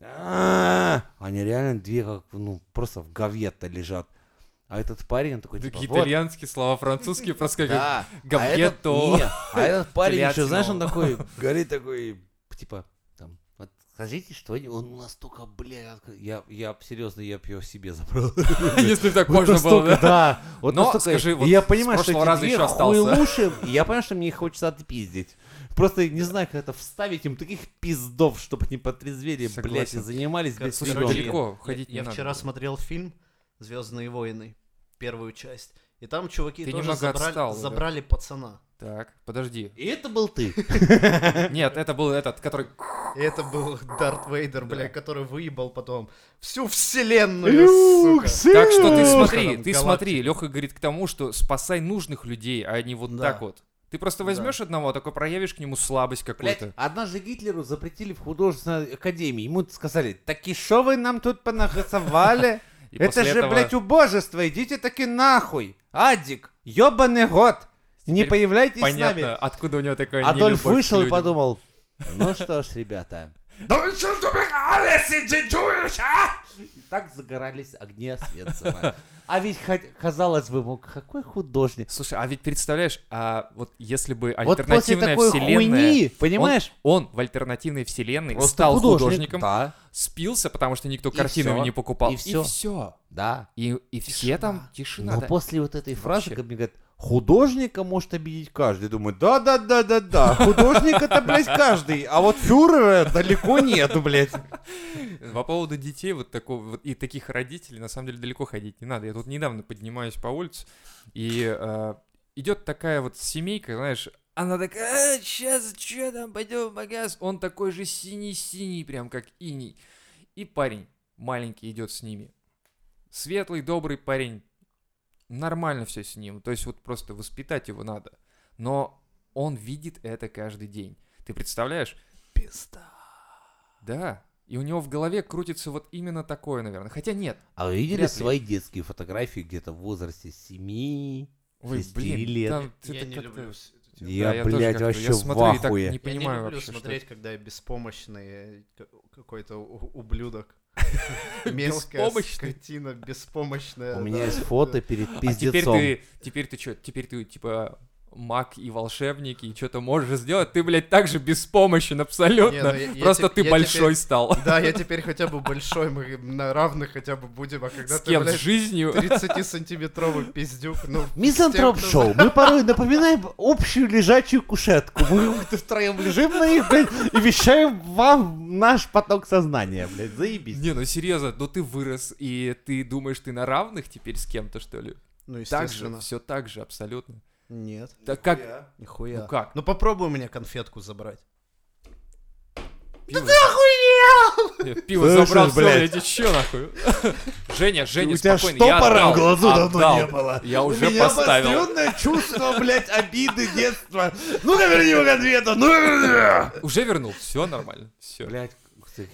[SPEAKER 2] А, Они реально две как, ну, просто в говье-то лежат. А этот парень, он такой, типа,
[SPEAKER 1] Такие
[SPEAKER 2] вот,
[SPEAKER 1] итальянские слова, французские, просто как...
[SPEAKER 2] да.
[SPEAKER 1] говне
[SPEAKER 2] а этот-
[SPEAKER 1] то.
[SPEAKER 2] не, А этот парень еще,
[SPEAKER 1] Телятина.
[SPEAKER 2] знаешь, он такой, горит такой, типа, там, вот, Скажите, что они- он настолько, бля, отк- я, я б- серьезно, я бы его себе забрал.
[SPEAKER 1] Если бы так
[SPEAKER 2] Вот
[SPEAKER 1] можно было,
[SPEAKER 2] настолько,
[SPEAKER 1] да?
[SPEAKER 2] да. Вот
[SPEAKER 1] Но,
[SPEAKER 2] настолько.
[SPEAKER 1] скажи,
[SPEAKER 2] И
[SPEAKER 1] вот
[SPEAKER 2] я
[SPEAKER 1] с
[SPEAKER 2] понимаю, что
[SPEAKER 1] прошлого
[SPEAKER 2] эти
[SPEAKER 1] раза
[SPEAKER 2] две
[SPEAKER 1] еще остался.
[SPEAKER 2] хуйлуши, и я понимаю, что мне их хочется отпиздить. Просто не знаю, как это вставить им таких пиздов, чтобы не потрезвели, блядь, и
[SPEAKER 1] Согласен.
[SPEAKER 2] занимались,
[SPEAKER 5] Как-
[SPEAKER 2] блядь,
[SPEAKER 5] слушай,
[SPEAKER 1] Слушай,
[SPEAKER 2] ребенком.
[SPEAKER 1] далеко ходить не
[SPEAKER 5] Я
[SPEAKER 1] надо
[SPEAKER 5] вчера
[SPEAKER 1] было.
[SPEAKER 5] смотрел фильм Звездные войны, первую часть. И там чуваки
[SPEAKER 1] Ты
[SPEAKER 5] тоже
[SPEAKER 1] немного
[SPEAKER 5] забрали,
[SPEAKER 1] отстал, да.
[SPEAKER 5] забрали пацана.
[SPEAKER 1] Так, подожди.
[SPEAKER 2] И это был ты.
[SPEAKER 1] Нет, это был этот, который...
[SPEAKER 5] И это был Дарт Вейдер, бля, который выебал потом всю вселенную, сука.
[SPEAKER 1] Так что ты
[SPEAKER 5] Слушай,
[SPEAKER 1] смотри,
[SPEAKER 5] там
[SPEAKER 1] ты
[SPEAKER 5] галактики.
[SPEAKER 1] смотри, Леха говорит к тому, что спасай нужных людей, а не вот
[SPEAKER 5] Да.
[SPEAKER 1] так вот. Ты просто
[SPEAKER 5] Да.
[SPEAKER 1] возьмешь одного, а такой проявишь к нему слабость
[SPEAKER 2] Блядь,
[SPEAKER 1] какую-то.
[SPEAKER 2] однажды Гитлеру запретили в художественной академии. Ему сказали, таки шо вы нам тут понахасовали?
[SPEAKER 1] И
[SPEAKER 2] Это
[SPEAKER 1] после
[SPEAKER 2] же,
[SPEAKER 1] этого-
[SPEAKER 2] блядь, убожество, идите таки нахуй. Адик, ёбаный год. Не
[SPEAKER 1] Теперь
[SPEAKER 2] появляйтесь с нами.
[SPEAKER 1] Понятно, откуда у него такая
[SPEAKER 2] Адольф
[SPEAKER 1] нелюбовь к
[SPEAKER 2] вышел и
[SPEAKER 1] людям.
[SPEAKER 2] подумал, ну что ж, ребята. И так загорались огни Освенцима. А ведь, хоть- казалось бы, ну, какой художник.
[SPEAKER 1] Слушай, а ведь представляешь, а вот если бы
[SPEAKER 2] Вот после
[SPEAKER 1] альтернативная
[SPEAKER 2] такой
[SPEAKER 1] вселенная...
[SPEAKER 2] хуйни, понимаешь?
[SPEAKER 1] Он, он в альтернативной вселенной
[SPEAKER 2] Просто
[SPEAKER 1] стал
[SPEAKER 2] художник,
[SPEAKER 1] художником,
[SPEAKER 2] Да,
[SPEAKER 1] спился, потому что никто
[SPEAKER 2] И
[SPEAKER 1] картину
[SPEAKER 2] всё,
[SPEAKER 1] не покупал.
[SPEAKER 2] и всё.
[SPEAKER 1] И все.
[SPEAKER 2] да. Ну,
[SPEAKER 1] И, и все там тишина.
[SPEAKER 2] Но
[SPEAKER 1] да.
[SPEAKER 2] после вот этой фразы,
[SPEAKER 1] Вообще.
[SPEAKER 2] как мне говорят, художника может обидеть каждый. Думаю, да-да-да-да-да, художник это, блядь, каждый, а вот фюрера далеко нету, блядь.
[SPEAKER 1] По поводу детей вот такого вот, и таких родителей на самом деле далеко ходить не надо. Я тут недавно поднимаюсь по улице и э, идет такая вот семейка, знаешь, она такая, сейчас что там пойдем в магаз, он такой же синий синий прям как иний, и парень маленький идет с ними, светлый добрый парень, нормально все с ним, то есть вот просто воспитать его надо, но он видит это каждый день. Ты представляешь? Да. И у него в голове крутится вот именно такое, наверное. Хотя нет.
[SPEAKER 2] А вы видели
[SPEAKER 1] Вряд ли.
[SPEAKER 2] свои детские фотографии где-то в возрасте 7?
[SPEAKER 1] Ой,
[SPEAKER 2] Шести
[SPEAKER 1] блин,
[SPEAKER 2] лет.
[SPEAKER 1] там ты
[SPEAKER 5] Я
[SPEAKER 1] так
[SPEAKER 5] не
[SPEAKER 1] как-то-
[SPEAKER 5] люблю
[SPEAKER 1] Да,
[SPEAKER 5] всю эту тему.
[SPEAKER 2] Я,
[SPEAKER 1] тоже
[SPEAKER 2] блядь,
[SPEAKER 1] как-то-
[SPEAKER 2] вообще
[SPEAKER 1] я смотрю и
[SPEAKER 2] в
[SPEAKER 1] так
[SPEAKER 2] ахуе.
[SPEAKER 1] не
[SPEAKER 5] Я не
[SPEAKER 1] понимаю
[SPEAKER 5] люблю
[SPEAKER 1] вообще, что
[SPEAKER 5] смотреть,
[SPEAKER 1] это.
[SPEAKER 5] когда я беспомощный э, к- какой-то у- ублюдок. Мелкая
[SPEAKER 1] Беспомощный?
[SPEAKER 5] скотина, беспомощная.
[SPEAKER 2] У
[SPEAKER 5] да.
[SPEAKER 2] меня есть фото перед
[SPEAKER 1] А теперь
[SPEAKER 2] пиздецом.
[SPEAKER 1] ты, теперь ты что, теперь ты типа маг и волшебник, и что-то можешь сделать, ты, блядь, так же беспомощен
[SPEAKER 5] Не,
[SPEAKER 1] абсолютно.
[SPEAKER 5] ну я- я
[SPEAKER 1] Просто
[SPEAKER 5] теп-
[SPEAKER 1] ты
[SPEAKER 5] я
[SPEAKER 1] большой
[SPEAKER 5] теперь-
[SPEAKER 1] стал.
[SPEAKER 5] Да, я теперь хотя бы большой, мы на равных хотя бы будем, а когда
[SPEAKER 1] С
[SPEAKER 5] ты,
[SPEAKER 1] кем? С
[SPEAKER 5] блядь,
[SPEAKER 1] жизнью?
[SPEAKER 5] 30-сантиметровый пиздюк, ну...
[SPEAKER 2] Мизантроп
[SPEAKER 5] с тем, кто-
[SPEAKER 2] шоу. Мы порой напоминаем общую лежачую кушетку. Мы втроем лежим на них, блядь, и вещаем вам наш поток сознания, блядь. Заебись.
[SPEAKER 1] Не, ну серьезно, ну ты вырос, и ты думаешь, ты на равных теперь с кем-то, что ли?
[SPEAKER 5] Ну,
[SPEAKER 1] Так же,
[SPEAKER 5] естественно.
[SPEAKER 1] все так же, абсолютно.
[SPEAKER 5] Нет,
[SPEAKER 1] Так как...
[SPEAKER 5] нихуя.
[SPEAKER 1] Ну как?
[SPEAKER 5] Ну попробуй у меня конфетку забрать.
[SPEAKER 1] Пиво... Э, Пиво
[SPEAKER 2] Слышишь,
[SPEAKER 1] забрал,
[SPEAKER 2] блядь?
[SPEAKER 1] блядь, ты чё нахуй? Женя, Женя,
[SPEAKER 2] У тебя
[SPEAKER 1] спокойно,
[SPEAKER 2] что
[SPEAKER 1] я
[SPEAKER 2] пора
[SPEAKER 1] отдал,
[SPEAKER 2] в глазу давно не
[SPEAKER 1] отдал.
[SPEAKER 2] было?
[SPEAKER 1] Я
[SPEAKER 2] У
[SPEAKER 1] уже
[SPEAKER 2] меня
[SPEAKER 1] поставил.
[SPEAKER 2] обострённое чувство, блядь, обиды детства. Ну-ка верни его конфету, ну
[SPEAKER 1] Уже вернул, все нормально, все.
[SPEAKER 2] Блядь,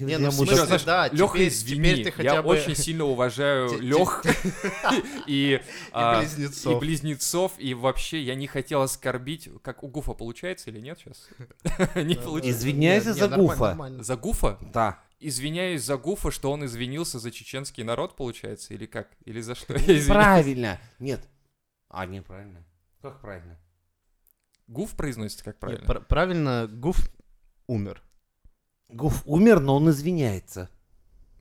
[SPEAKER 5] Не, ну,
[SPEAKER 2] я
[SPEAKER 5] в
[SPEAKER 2] буду-
[SPEAKER 5] смысле, да,
[SPEAKER 1] Леха,
[SPEAKER 5] теперь-
[SPEAKER 1] извини,
[SPEAKER 5] теперь ты
[SPEAKER 1] я
[SPEAKER 5] хотя бы-
[SPEAKER 1] очень сильно уважаю
[SPEAKER 5] Те- те-
[SPEAKER 1] Лех и а,
[SPEAKER 5] близнецов.
[SPEAKER 1] и близнецов, и вообще я не хотел оскорбить, как у Гуфа получается или нет сейчас? Не получается.
[SPEAKER 2] Извиняйся
[SPEAKER 5] Не, не,
[SPEAKER 2] за
[SPEAKER 5] нормально,
[SPEAKER 2] гуфа.
[SPEAKER 5] нормально.
[SPEAKER 1] За Гуфа?
[SPEAKER 2] Да.
[SPEAKER 1] Извиняюсь за Гуфа, что он извинился за чеченский народ, получается, или как? Или за что? Я извиняюсь.
[SPEAKER 2] Правильно. Нет. А, неправильно. Как правильно?
[SPEAKER 1] Гуф произносится как
[SPEAKER 5] Не,
[SPEAKER 1] правильно?
[SPEAKER 5] пр- Правильно, Гуф умер.
[SPEAKER 2] Гуф умер, но он извиняется.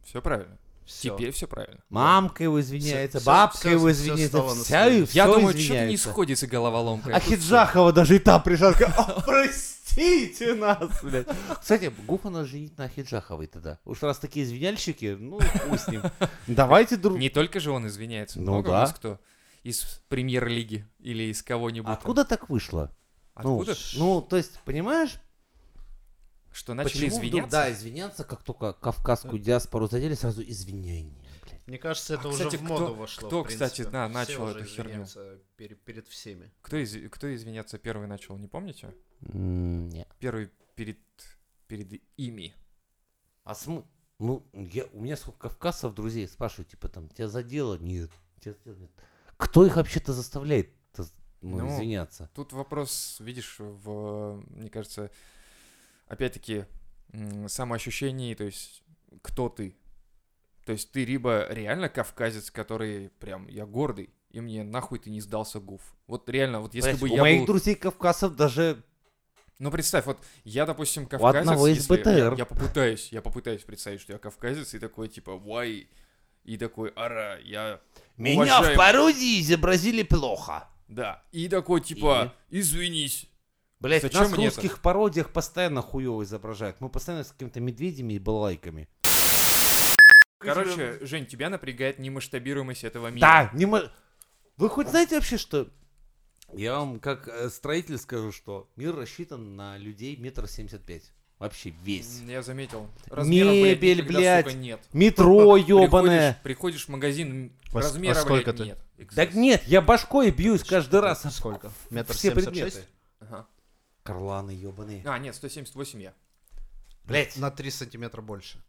[SPEAKER 1] Все правильно.
[SPEAKER 5] Всё.
[SPEAKER 1] Теперь все правильно.
[SPEAKER 2] Мамка его извиняется,
[SPEAKER 5] Всё-
[SPEAKER 2] бабка
[SPEAKER 5] всё-
[SPEAKER 2] его
[SPEAKER 5] всё
[SPEAKER 2] извиняется,
[SPEAKER 5] стало на
[SPEAKER 2] вся и
[SPEAKER 5] свои-
[SPEAKER 2] всё
[SPEAKER 1] Я думаю, что-то не
[SPEAKER 2] извиняется.
[SPEAKER 1] сходится головоломка.
[SPEAKER 2] А
[SPEAKER 1] Тут всё.
[SPEAKER 2] Хиджахова даже и там пришла, такая, «О, простите нас, блядь. Кстати, Гуфа надо женить на Хиджаховой тогда. Уж раз такие извиняльщики, ну, пусть с ним. Давайте друг...
[SPEAKER 1] Не только же он извиняется.
[SPEAKER 2] Ну
[SPEAKER 1] Много у
[SPEAKER 2] да.
[SPEAKER 1] нас кто из премьер-лиги или из кого-нибудь. там.
[SPEAKER 2] А Откуда так вышло? Ну,
[SPEAKER 1] Откуда?
[SPEAKER 2] Ну, то есть, понимаешь,
[SPEAKER 1] Что начали
[SPEAKER 2] Ну, почему вдруг,
[SPEAKER 1] извиняться?
[SPEAKER 2] да, извиняться, как только кавказскую диаспору задели, сразу извинения, блядь.
[SPEAKER 5] Мне кажется,
[SPEAKER 1] А,
[SPEAKER 5] это уже
[SPEAKER 1] кстати,
[SPEAKER 5] в моду
[SPEAKER 1] кто-
[SPEAKER 5] вошло.
[SPEAKER 1] кто,
[SPEAKER 5] в принципе.
[SPEAKER 1] кстати, да,
[SPEAKER 5] Все
[SPEAKER 1] начал
[SPEAKER 5] уже
[SPEAKER 1] эту херню?
[SPEAKER 5] извиняются пере- перед всеми.
[SPEAKER 1] Кто, из- кто извиняться первый начал, не помните?
[SPEAKER 2] М, Не.
[SPEAKER 1] Первый перед, перед ими.
[SPEAKER 2] А смы... Ну, я, у меня сколько кавказцев друзей спрашивают, типа там, тебя задело? Нет. «Тебя задело?» Нет. Кто их вообще-то заставляет ну,
[SPEAKER 1] Ну,
[SPEAKER 2] извиняться?
[SPEAKER 1] Тут вопрос, видишь, в, мне кажется, опять-таки, м, самоощущении, то есть, кто ты? То есть ты либо реально кавказец, который прям, я гордый, и мне нахуй ты не сдался гуф. Вот реально, вот если
[SPEAKER 2] Понимаешь,
[SPEAKER 1] бы
[SPEAKER 2] у
[SPEAKER 1] я
[SPEAKER 2] моих
[SPEAKER 1] был...
[SPEAKER 2] друзей кавказцев даже
[SPEAKER 1] Ну, представь, вот я, допустим,
[SPEAKER 6] У
[SPEAKER 1] кавказец.
[SPEAKER 6] одного из
[SPEAKER 1] если я-
[SPEAKER 6] БТР.
[SPEAKER 1] Я попытаюсь, я попытаюсь представить, что я кавказец, и такой, типа, why? И такой, ара, я...
[SPEAKER 6] Меня в
[SPEAKER 1] уважаемый».
[SPEAKER 6] пародии изобразили плохо.
[SPEAKER 1] Да. И такой, типа, извинись.
[SPEAKER 6] Блять,
[SPEAKER 1] Зачем
[SPEAKER 6] нас в
[SPEAKER 1] мне это?
[SPEAKER 6] русских пародиях постоянно хуево изображают. Мы постоянно с какими-то медведями и балайками.
[SPEAKER 1] Короче, Жень, тебя напрягает немасштабируемость этого мира.
[SPEAKER 6] Да, не мо- Вы хоть знаете вообще, что... Я вам как э, строитель скажу, что мир рассчитан на людей метр семьдесят пять. Вообще весь.
[SPEAKER 1] М, Я заметил.
[SPEAKER 6] Мебель,
[SPEAKER 1] никогда,
[SPEAKER 6] блядь.
[SPEAKER 1] сука, нет.
[SPEAKER 6] Метро
[SPEAKER 1] ебаное.
[SPEAKER 6] ебаное.
[SPEAKER 1] Приходишь в магазин,
[SPEAKER 5] Во с-
[SPEAKER 1] размера,
[SPEAKER 5] во сколько
[SPEAKER 1] блядь,
[SPEAKER 5] ты?
[SPEAKER 1] нет.
[SPEAKER 6] Так нет, я башкой бьюсь каждый раз. об-
[SPEAKER 5] Сколько? Метр
[SPEAKER 6] Все
[SPEAKER 5] семьдесят
[SPEAKER 6] предметы.
[SPEAKER 5] шесть?
[SPEAKER 1] Ага.
[SPEAKER 6] Карланы ебаные.
[SPEAKER 1] А, нет, 178 я.
[SPEAKER 6] Блять,
[SPEAKER 5] На 3 сантиметра больше.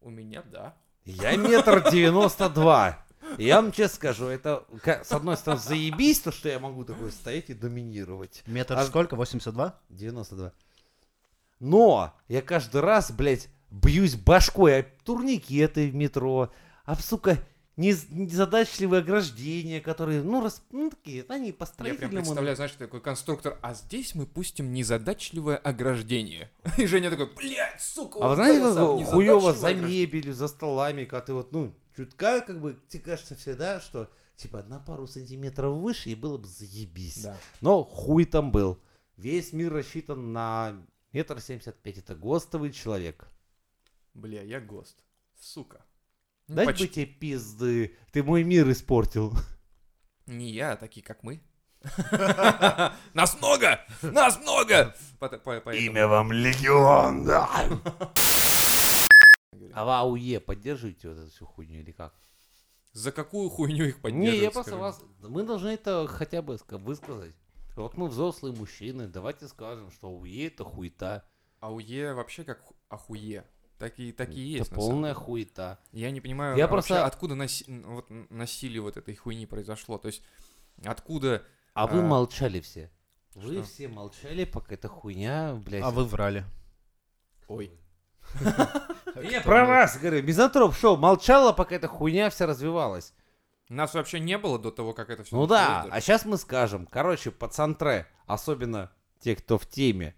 [SPEAKER 1] У меня, да.
[SPEAKER 6] я метр девяносто два. Я вам честно скажу, это ка- с одной стороны заебись, то что я могу такой стоять и доминировать.
[SPEAKER 5] Метр
[SPEAKER 6] А-
[SPEAKER 5] сколько? 82?
[SPEAKER 6] 92. Но я каждый раз, блядь, бьюсь башкой об турникеты в метро, об, сука, нез- незадачливые ограждения, которые, ну, рас... ну такие, они по
[SPEAKER 1] Я прям
[SPEAKER 6] строительному...
[SPEAKER 1] представляю, знаешь, такой конструктор, а здесь мы пустим незадачливое ограждение. И Женя такой, блядь, сука,
[SPEAKER 6] А вы
[SPEAKER 1] вот
[SPEAKER 6] знаете,
[SPEAKER 1] это
[SPEAKER 6] как
[SPEAKER 1] сам
[SPEAKER 6] хуёво
[SPEAKER 1] незадачливое
[SPEAKER 6] за
[SPEAKER 1] ограждение».
[SPEAKER 6] мебелью, за столами, когда ты вот, ну, чутка, как бы, тебе кажется всегда, что, типа, на пару сантиметров выше, и было бы заебись.
[SPEAKER 1] Да.
[SPEAKER 6] Но хуй там был. Весь мир рассчитан на метр семьдесят пять. Это ГОСТовый человек.
[SPEAKER 1] Бля, я ГОСТ. Сука. Ну,
[SPEAKER 6] Дать
[SPEAKER 1] почти-
[SPEAKER 6] бы тебе пизды, ты мой мир испортил.
[SPEAKER 1] Не я, а такие, как мы. Нас много! Нас много! Пот- по- поэтому-
[SPEAKER 6] вам Легион, да. А в АУЕ поддерживаете вот эту всю хуйню или как?
[SPEAKER 1] За какую хуйню их поддерживать?
[SPEAKER 6] Не, я просто
[SPEAKER 1] скажи?
[SPEAKER 6] вас... Мы должны это хотя бы ска- высказать. Вот мы взрослые мужчины, давайте скажем, что АУЕ это хуета.
[SPEAKER 1] АУЕ вообще как ху- охуе. Такие, такие есть.
[SPEAKER 6] Это
[SPEAKER 1] на самом
[SPEAKER 6] полная хуета.
[SPEAKER 1] Я не понимаю, а
[SPEAKER 6] Я
[SPEAKER 1] вообще,
[SPEAKER 6] просто-
[SPEAKER 1] откуда наси- н- вот н- насилие вот этой хуйни произошло. То есть, откуда...
[SPEAKER 6] А вы
[SPEAKER 1] А.
[SPEAKER 6] молчали все. Вы
[SPEAKER 1] Что?
[SPEAKER 6] все молчали, пока эта хуйня, блядь.
[SPEAKER 5] А вы врали.
[SPEAKER 1] Ой.
[SPEAKER 6] Я про вас говорю, мизантроп шоу молчала, пока эта хуйня вся развивалась.
[SPEAKER 1] Нас вообще не было до того, как это все
[SPEAKER 6] Ну да, а сейчас мы скажем, короче, пацантре, особенно те, кто в теме,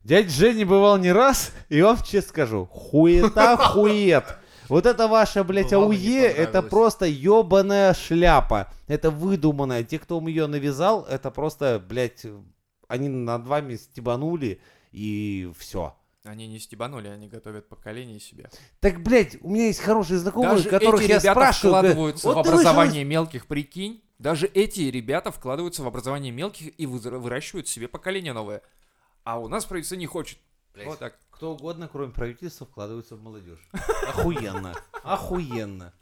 [SPEAKER 6] дядь Женя бывал не раз, и вам честно скажу, хуета хует. Вот это ваше, блядь,
[SPEAKER 1] Ну,
[SPEAKER 5] Бывало, не
[SPEAKER 6] ауе, это
[SPEAKER 5] понравилось.
[SPEAKER 6] просто ебаная шляпа. Это выдуманная. Те, кто вам ее навязал, это просто, блядь, они над вами стебанули, и все.
[SPEAKER 1] Они не стебанули, они готовят поколение себе.
[SPEAKER 6] Так, блядь, у меня есть хорошие знакомые,
[SPEAKER 1] Даже
[SPEAKER 6] которых
[SPEAKER 1] эти
[SPEAKER 6] я
[SPEAKER 1] ребята
[SPEAKER 6] спрашиваю, говорю,
[SPEAKER 1] вкладываются
[SPEAKER 6] «Вот
[SPEAKER 1] в
[SPEAKER 6] ты вышел из
[SPEAKER 1] образование мелких, прикинь. Даже эти ребята вкладываются в образование мелких и вызра- выращивают себе поколение новое. А у нас правительство не хочет.
[SPEAKER 6] Блядь.
[SPEAKER 1] Вот так.
[SPEAKER 6] Кто угодно, кроме правительства, вкладывается в молодежь. Охуенно. Охуенно.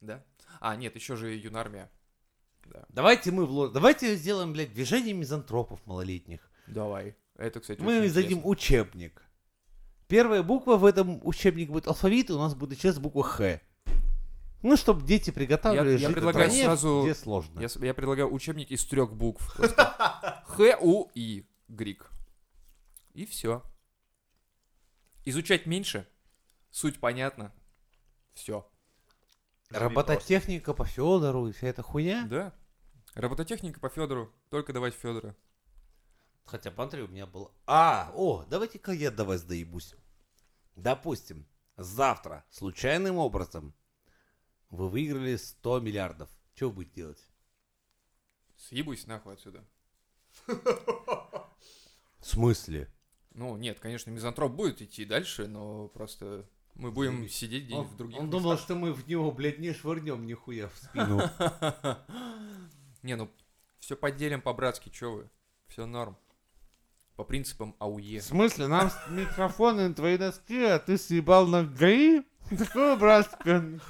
[SPEAKER 1] Да. А, нет, еще же и юнармия.
[SPEAKER 6] Давайте мы в ло- Давайте сделаем, блядь, движение мизантропов малолетних.
[SPEAKER 1] Давай. Это, кстати,
[SPEAKER 6] Мы
[SPEAKER 1] очень
[SPEAKER 6] им
[SPEAKER 1] интересно.
[SPEAKER 6] зададим учебник. Первая буква в этом учебнике будет алфавит, и у нас будет сейчас буква Х. Ну, чтобы дети приготовили
[SPEAKER 1] Я- я
[SPEAKER 6] жить в
[SPEAKER 1] предлагаю
[SPEAKER 6] стране,
[SPEAKER 1] сразу-
[SPEAKER 6] где сложно.
[SPEAKER 1] Я, с- я предлагаю учебник из трех букв. просто. Х, У, И. Грик. И все. Изучать меньше. Суть понятна. Все.
[SPEAKER 6] Робототехника по Федору и вся эта хуйня.
[SPEAKER 1] Да. Робототехника по Федору. Только давать Федора.
[SPEAKER 6] Хотя, смотри, у меня было... А, о, давайте-ка я до вас доебусь. Допустим, завтра, случайным образом, вы выиграли 100 миллиардов. Что вы будете делать?
[SPEAKER 1] Съебусь нахуй отсюда.
[SPEAKER 6] В смысле?
[SPEAKER 1] Ну, нет, конечно, мизантроп будет идти дальше, но просто мы будем
[SPEAKER 6] Заебись.
[SPEAKER 1] сидеть где
[SPEAKER 6] Он,
[SPEAKER 1] в других
[SPEAKER 6] он думал, что мы в него, блядь, не швырнем нихуя в спину.
[SPEAKER 1] местах. Не, ну, все поделим по-братски, чё вы. Все норм. По принципам А АУЕ.
[SPEAKER 6] смысле? Нам микрофоны на твоей доске, а ты съебал на ГАИ? Такое братское.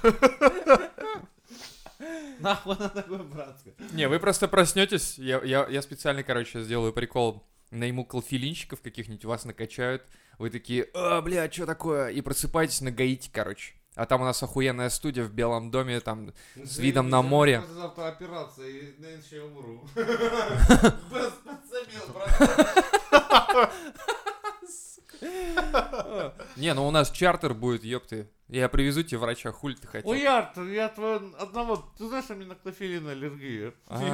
[SPEAKER 6] Нахуй она такое братское?
[SPEAKER 1] Не, вы просто проснетесь. Я, я, я специально, короче, сделаю прикол. Найму колфилинщиков каких-нибудь, вас накачают. Вы такие, а, бля, что такое? И просыпаетесь на Гаити, короче. А там у нас охуенная студия в Белом доме, там с видом на море.
[SPEAKER 6] Завтра операция, иначе я умру.
[SPEAKER 1] Не, ну у нас чартер будет, ёпты. Я привезу тебе врача, хуль ты хотел.
[SPEAKER 7] Ой, Арт, я твоего одного... Ты знаешь, у меня на клофелин аллергия. Ты ебанат.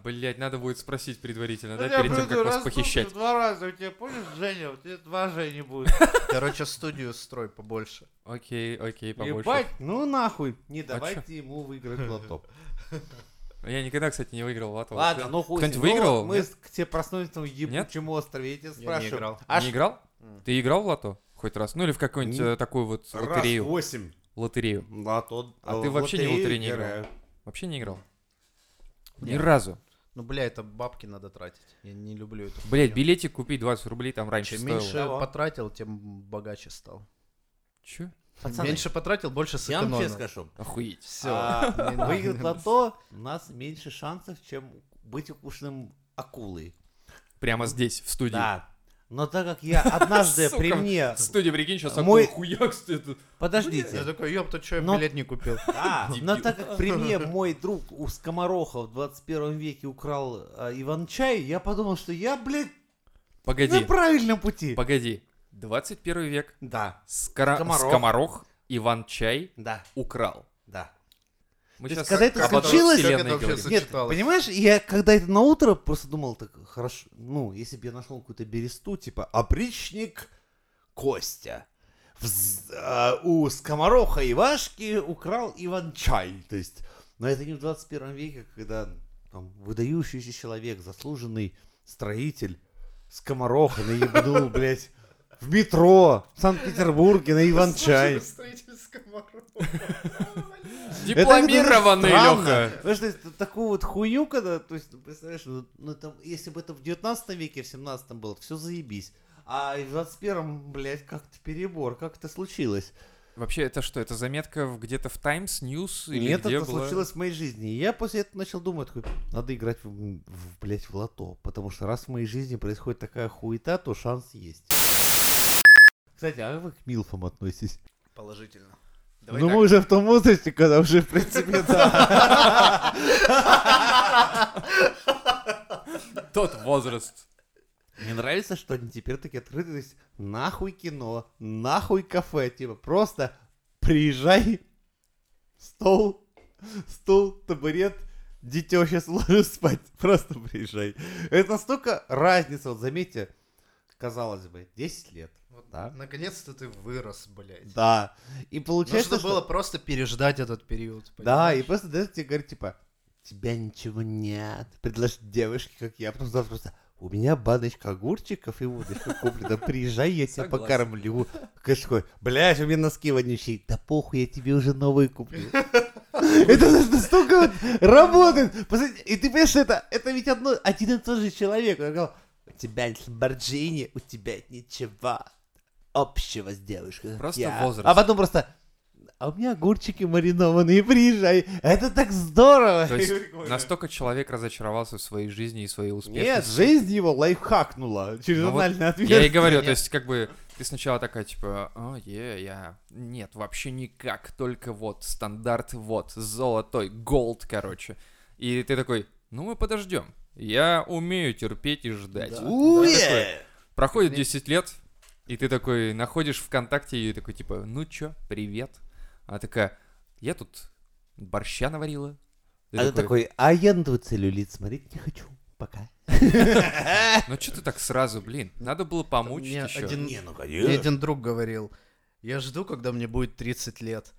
[SPEAKER 1] А, блядь, надо будет спросить предварительно, да,
[SPEAKER 7] Я
[SPEAKER 1] перед тем,
[SPEAKER 7] приду,
[SPEAKER 1] как вас
[SPEAKER 7] раз тут
[SPEAKER 1] похищать.
[SPEAKER 7] Два раза у тебя, помнишь, Женя? У тебя два Жени будет.
[SPEAKER 5] Короче, студию строй побольше.
[SPEAKER 1] Окей, окей, побольше. А
[SPEAKER 7] Ебать,
[SPEAKER 2] Ну нахуй, не
[SPEAKER 1] давайте
[SPEAKER 2] давайте ему выиграть лотоп.
[SPEAKER 1] Я никогда, кстати, не выиграл лото.
[SPEAKER 2] Ладно, ну хуй. с
[SPEAKER 1] Кто-нибудь
[SPEAKER 2] ним.
[SPEAKER 1] выиграл?
[SPEAKER 2] Ну, Мы
[SPEAKER 1] Нет?
[SPEAKER 2] с- к тебе проснулись на ебучем острове, я тебя
[SPEAKER 5] не
[SPEAKER 2] спрашиваю.
[SPEAKER 5] играл.
[SPEAKER 2] А
[SPEAKER 1] Не играл? Ты играл в лото? Хоть раз? Ну или в какую-нибудь
[SPEAKER 2] Не-
[SPEAKER 1] э, такую вот
[SPEAKER 2] ш- раз
[SPEAKER 1] лотерею.
[SPEAKER 2] восемь.
[SPEAKER 1] Лотерею.
[SPEAKER 2] Лото-
[SPEAKER 1] А ты вообще не в лотереи не
[SPEAKER 2] играю.
[SPEAKER 1] Вообще не играл? Ни
[SPEAKER 5] Нет.
[SPEAKER 1] разу.
[SPEAKER 5] Ну, бля, это бабки надо тратить. Я не люблю это.
[SPEAKER 1] Блять, билетик купить 20 рублей там раньше
[SPEAKER 5] Чем
[SPEAKER 1] стоило.
[SPEAKER 5] меньше
[SPEAKER 2] Того.
[SPEAKER 5] потратил, тем богаче стал.
[SPEAKER 1] Чё?
[SPEAKER 2] Пацаны,
[SPEAKER 5] Меньше потратил, больше
[SPEAKER 2] я вам
[SPEAKER 5] сэкономил.
[SPEAKER 2] честно скажу.
[SPEAKER 1] Охуеть.
[SPEAKER 5] Все.
[SPEAKER 2] а, Выиграть лото у нас меньше шансов, чем быть укушенным акулой.
[SPEAKER 1] Прямо здесь, в студии.
[SPEAKER 2] Да. Но так как я однажды
[SPEAKER 1] Сука.
[SPEAKER 2] при мне...
[SPEAKER 1] Студия, прикинь, сейчас
[SPEAKER 2] Мой-
[SPEAKER 1] Мой... хуяк стоит.
[SPEAKER 5] Я
[SPEAKER 2] Подождите.
[SPEAKER 5] такой, ёпта, что я
[SPEAKER 2] Но-
[SPEAKER 5] билет не купил?
[SPEAKER 2] А,
[SPEAKER 1] Дебил.
[SPEAKER 2] но так как при мне мой друг у скомороха в 21 веке украл а, Иван-чай, я подумал, что я, блядь, на Ну,
[SPEAKER 1] Погоди,
[SPEAKER 2] правильном пути.
[SPEAKER 1] погоди. 21 век.
[SPEAKER 2] Да,
[SPEAKER 1] Скоро...
[SPEAKER 2] Скоморох.
[SPEAKER 1] Скоморох Иван Чай
[SPEAKER 2] да,
[SPEAKER 1] украл.
[SPEAKER 2] да.
[SPEAKER 1] Мы
[SPEAKER 2] То есть,
[SPEAKER 1] щас
[SPEAKER 2] когда это
[SPEAKER 1] об одной
[SPEAKER 2] случилось-
[SPEAKER 1] вселенной
[SPEAKER 5] Как это вообще
[SPEAKER 1] говорим.
[SPEAKER 5] случилось?
[SPEAKER 2] Нет,
[SPEAKER 5] Зачиталось.
[SPEAKER 2] понимаешь, я когда это на утро просто думал, так хорошо, ну, если бы я нашел какую-то бересту, типа опричник Костя. Вз- а, у скомороха Ивашки украл Иван-чай. То есть, но это не в 21 веке, когда там, выдающийся человек, заслуженный строитель скомороха наебнул, блядь, в метро в Санкт-Петербурге на Иван-чай.
[SPEAKER 1] Дипломированный, Леха.
[SPEAKER 2] Леха. Знаешь, то есть, такую вот хуйню, когда, то есть, ну, представляешь, ну, ну, там, если бы это в 19 веке, в 17 было, все заебись. А в 21-м, блядь, как-то перебор, как это случилось?
[SPEAKER 1] Вообще, это что, это заметка в- где-то в Times News? Или
[SPEAKER 2] Нет,
[SPEAKER 1] где
[SPEAKER 2] это
[SPEAKER 1] была?
[SPEAKER 2] случилось в моей жизни. И я после этого начал думать, такой, надо играть, в, в, блядь, в лото. Потому что раз в моей жизни происходит такая хуета, то шанс есть. Кстати, а вы к Милфам относитесь?
[SPEAKER 5] Положительно.
[SPEAKER 2] ну, мы уже в том возрасте, когда уже, в принципе, да.
[SPEAKER 1] Тот возраст.
[SPEAKER 2] Мне нравится, что они теперь такие открыты, то есть нахуй кино, нахуй кафе, типа просто приезжай, стол, стул, табурет, дитё сейчас ложу спать, просто приезжай. Это настолько разница, вот заметьте, казалось бы, 10 лет. Да.
[SPEAKER 5] Наконец-то ты вырос, блядь.
[SPEAKER 2] Да, и получается,
[SPEAKER 5] Нужно
[SPEAKER 2] что-
[SPEAKER 5] было просто переждать этот период.
[SPEAKER 2] Да, и
[SPEAKER 5] понимаешь?
[SPEAKER 2] просто дает тебе говорит, типа, тебя ничего нет. Предложи девушке, как я, а потом завтра просто, у меня баночка огурчиков и водочка куплена, приезжай, я тебя
[SPEAKER 1] Согласен.
[SPEAKER 2] покормлю. Конечно, такой, блядь, у меня носки вонючие. Да похуй, я тебе уже новые куплю. Это настолько вот работает. Посмотри, И ты понимаешь, что это, это ведь одно, один и тот же человек. Он сказал, у тебя нет Lamborghini, у тебя ничего общего с девушкой. как
[SPEAKER 1] Просто
[SPEAKER 2] я».
[SPEAKER 1] возраст.
[SPEAKER 2] А потом просто, а у меня огурчики маринованные, приезжай. Это так здорово.
[SPEAKER 1] То есть настолько человек разочаровался в своей жизни и своей
[SPEAKER 2] Нет,
[SPEAKER 1] успешности.
[SPEAKER 2] жизнь его лайфхакнула через
[SPEAKER 1] Ну вот
[SPEAKER 2] анальный ответ.
[SPEAKER 1] Я и говорю, то есть как бы ты сначала такая типа, о, е, я, нет, вообще никак, только вот стандарт, вот золотой, голд, короче. И ты такой, ну мы подождем, я умею терпеть и ждать.
[SPEAKER 2] Уе!
[SPEAKER 1] Проходит 10 лет, и ты такой находишь ВКонтакте ее и такой типа, ну чё, привет. Она такая, я тут борща наварила. Ты
[SPEAKER 2] А ты такой, а я на твой целлюлит смотреть не хочу. Пока.
[SPEAKER 1] Ну чё ты так сразу, блин? Надо было помочь
[SPEAKER 5] Мне
[SPEAKER 1] еще.
[SPEAKER 5] один-
[SPEAKER 2] ну
[SPEAKER 5] Мне один друг говорил, я жду, когда мне будет 30 лет.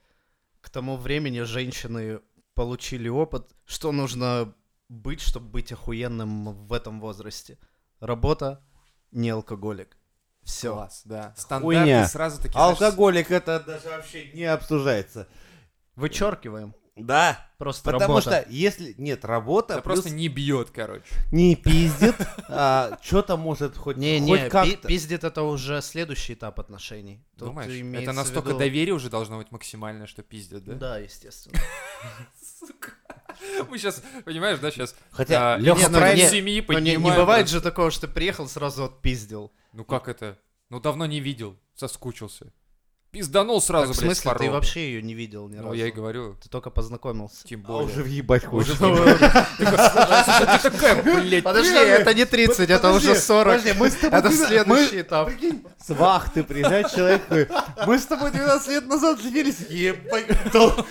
[SPEAKER 5] К тому времени женщины получили опыт, что нужно быть, чтобы быть охуенным в этом возрасте. Работа, не алкоголик. Все.
[SPEAKER 1] Класс, да. Стандарты
[SPEAKER 2] Хуйня.
[SPEAKER 1] сразу такие... знаешь,
[SPEAKER 2] А Алкоголик это даже вообще не обсуждается.
[SPEAKER 5] Вычеркиваем.
[SPEAKER 2] Да.
[SPEAKER 5] Просто
[SPEAKER 2] Потому
[SPEAKER 5] работа.
[SPEAKER 2] что если нет работа,
[SPEAKER 1] Да
[SPEAKER 5] а
[SPEAKER 2] плюс
[SPEAKER 1] просто не бьет, короче.
[SPEAKER 2] не пиздит, а, что-то может хоть,
[SPEAKER 5] Не,
[SPEAKER 2] хоть
[SPEAKER 5] не, пи-
[SPEAKER 2] как-то.
[SPEAKER 5] пиздит это уже следующий этап отношений. Тут
[SPEAKER 1] Думаешь? Это
[SPEAKER 5] имеется в
[SPEAKER 1] настолько
[SPEAKER 5] виду-
[SPEAKER 1] доверие уже должно быть максимальное, что пиздят, да?
[SPEAKER 5] Да, естественно.
[SPEAKER 1] Мы сейчас, понимаешь, да, сейчас...
[SPEAKER 2] Хотя
[SPEAKER 1] а,
[SPEAKER 2] Лёха
[SPEAKER 1] институт
[SPEAKER 2] правильно-
[SPEAKER 1] семьи
[SPEAKER 5] Но ну, не, не
[SPEAKER 1] поднимают,
[SPEAKER 5] бывает
[SPEAKER 1] да.
[SPEAKER 5] же такого, что ты приехал, сразу отпиздил.
[SPEAKER 1] Ну как это? Ну давно не видел, соскучился. пизданул сразу,
[SPEAKER 5] Так, в
[SPEAKER 1] блядь, с
[SPEAKER 5] смысле, ты
[SPEAKER 1] порога.
[SPEAKER 5] вообще ее не видел ни разу?
[SPEAKER 1] Ну, я и говорю,
[SPEAKER 5] Ты только познакомился.
[SPEAKER 1] тем
[SPEAKER 2] А
[SPEAKER 1] более.
[SPEAKER 2] уже въебать хочешь.
[SPEAKER 1] Ты такая, блядь,
[SPEAKER 5] Подожди,
[SPEAKER 2] Нет,
[SPEAKER 5] это не 30, это уже 40.
[SPEAKER 2] Подожди, мы с тобой
[SPEAKER 5] Это
[SPEAKER 2] 12
[SPEAKER 5] следующий этап.
[SPEAKER 2] Прикинь, с вахты приезжает человек такой, мы с тобой 12 лет назад женились, ебать, долго.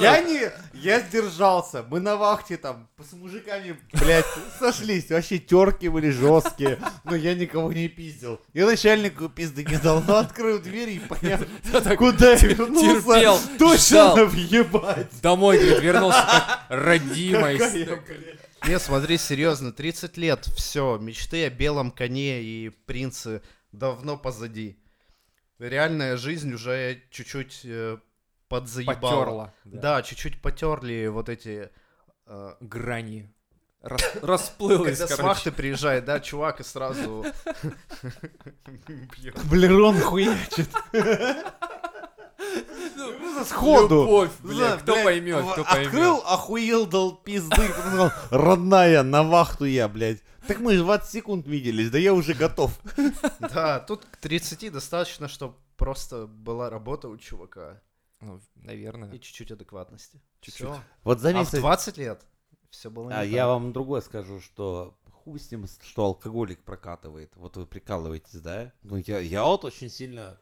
[SPEAKER 2] Я не, я сдержался, мы на вахте там с мужиками, блядь, сошлись, вообще терки были жесткие, но я никого не пиздил. И начальнику пизды не дал, но открыл дверь и понятно, куда я
[SPEAKER 1] терпел,
[SPEAKER 2] вернулся,
[SPEAKER 1] ждал.
[SPEAKER 2] точно въебать.
[SPEAKER 1] Домой, говорит, вернулся как родимый.
[SPEAKER 2] Какая,
[SPEAKER 5] Не, смотри, серьезно, 30 лет, все, мечты о белом коне и принце давно позади. Реальная жизнь уже чуть-чуть э, подзаебала.
[SPEAKER 1] Потерла.
[SPEAKER 5] Да, чуть-чуть потерли вот эти... э,
[SPEAKER 1] Грани. Рас- Расплылась,
[SPEAKER 5] когда с
[SPEAKER 1] короче.
[SPEAKER 5] вахты приезжает, да, чувак, и сразу... бьёт.
[SPEAKER 2] Блерон хуячит. Ну, Сходу.
[SPEAKER 1] Любовь,
[SPEAKER 2] Да,
[SPEAKER 1] бля, кто
[SPEAKER 2] блядь,
[SPEAKER 1] поймет, кто поймет.
[SPEAKER 2] Открыл, охуел, дал пизды. и потом сказал, Родная, на вахту я, блядь. Так мы же 20 секунд виделись, да я уже готов.
[SPEAKER 5] Да, тут к 30 достаточно, чтобы просто была работа у чувака
[SPEAKER 1] Ну, наверное.
[SPEAKER 5] и чуть-чуть адекватности.
[SPEAKER 1] Чуть-чуть.
[SPEAKER 5] Всё.
[SPEAKER 2] Вот
[SPEAKER 5] А в
[SPEAKER 2] заметьте,
[SPEAKER 5] 20 лет все было не
[SPEAKER 2] а,
[SPEAKER 5] так.
[SPEAKER 2] я вам другое скажу, что хуй с ним, что алкоголик прокатывает. Вот вы прикалываетесь, да? Ну, я, я вот очень сильно...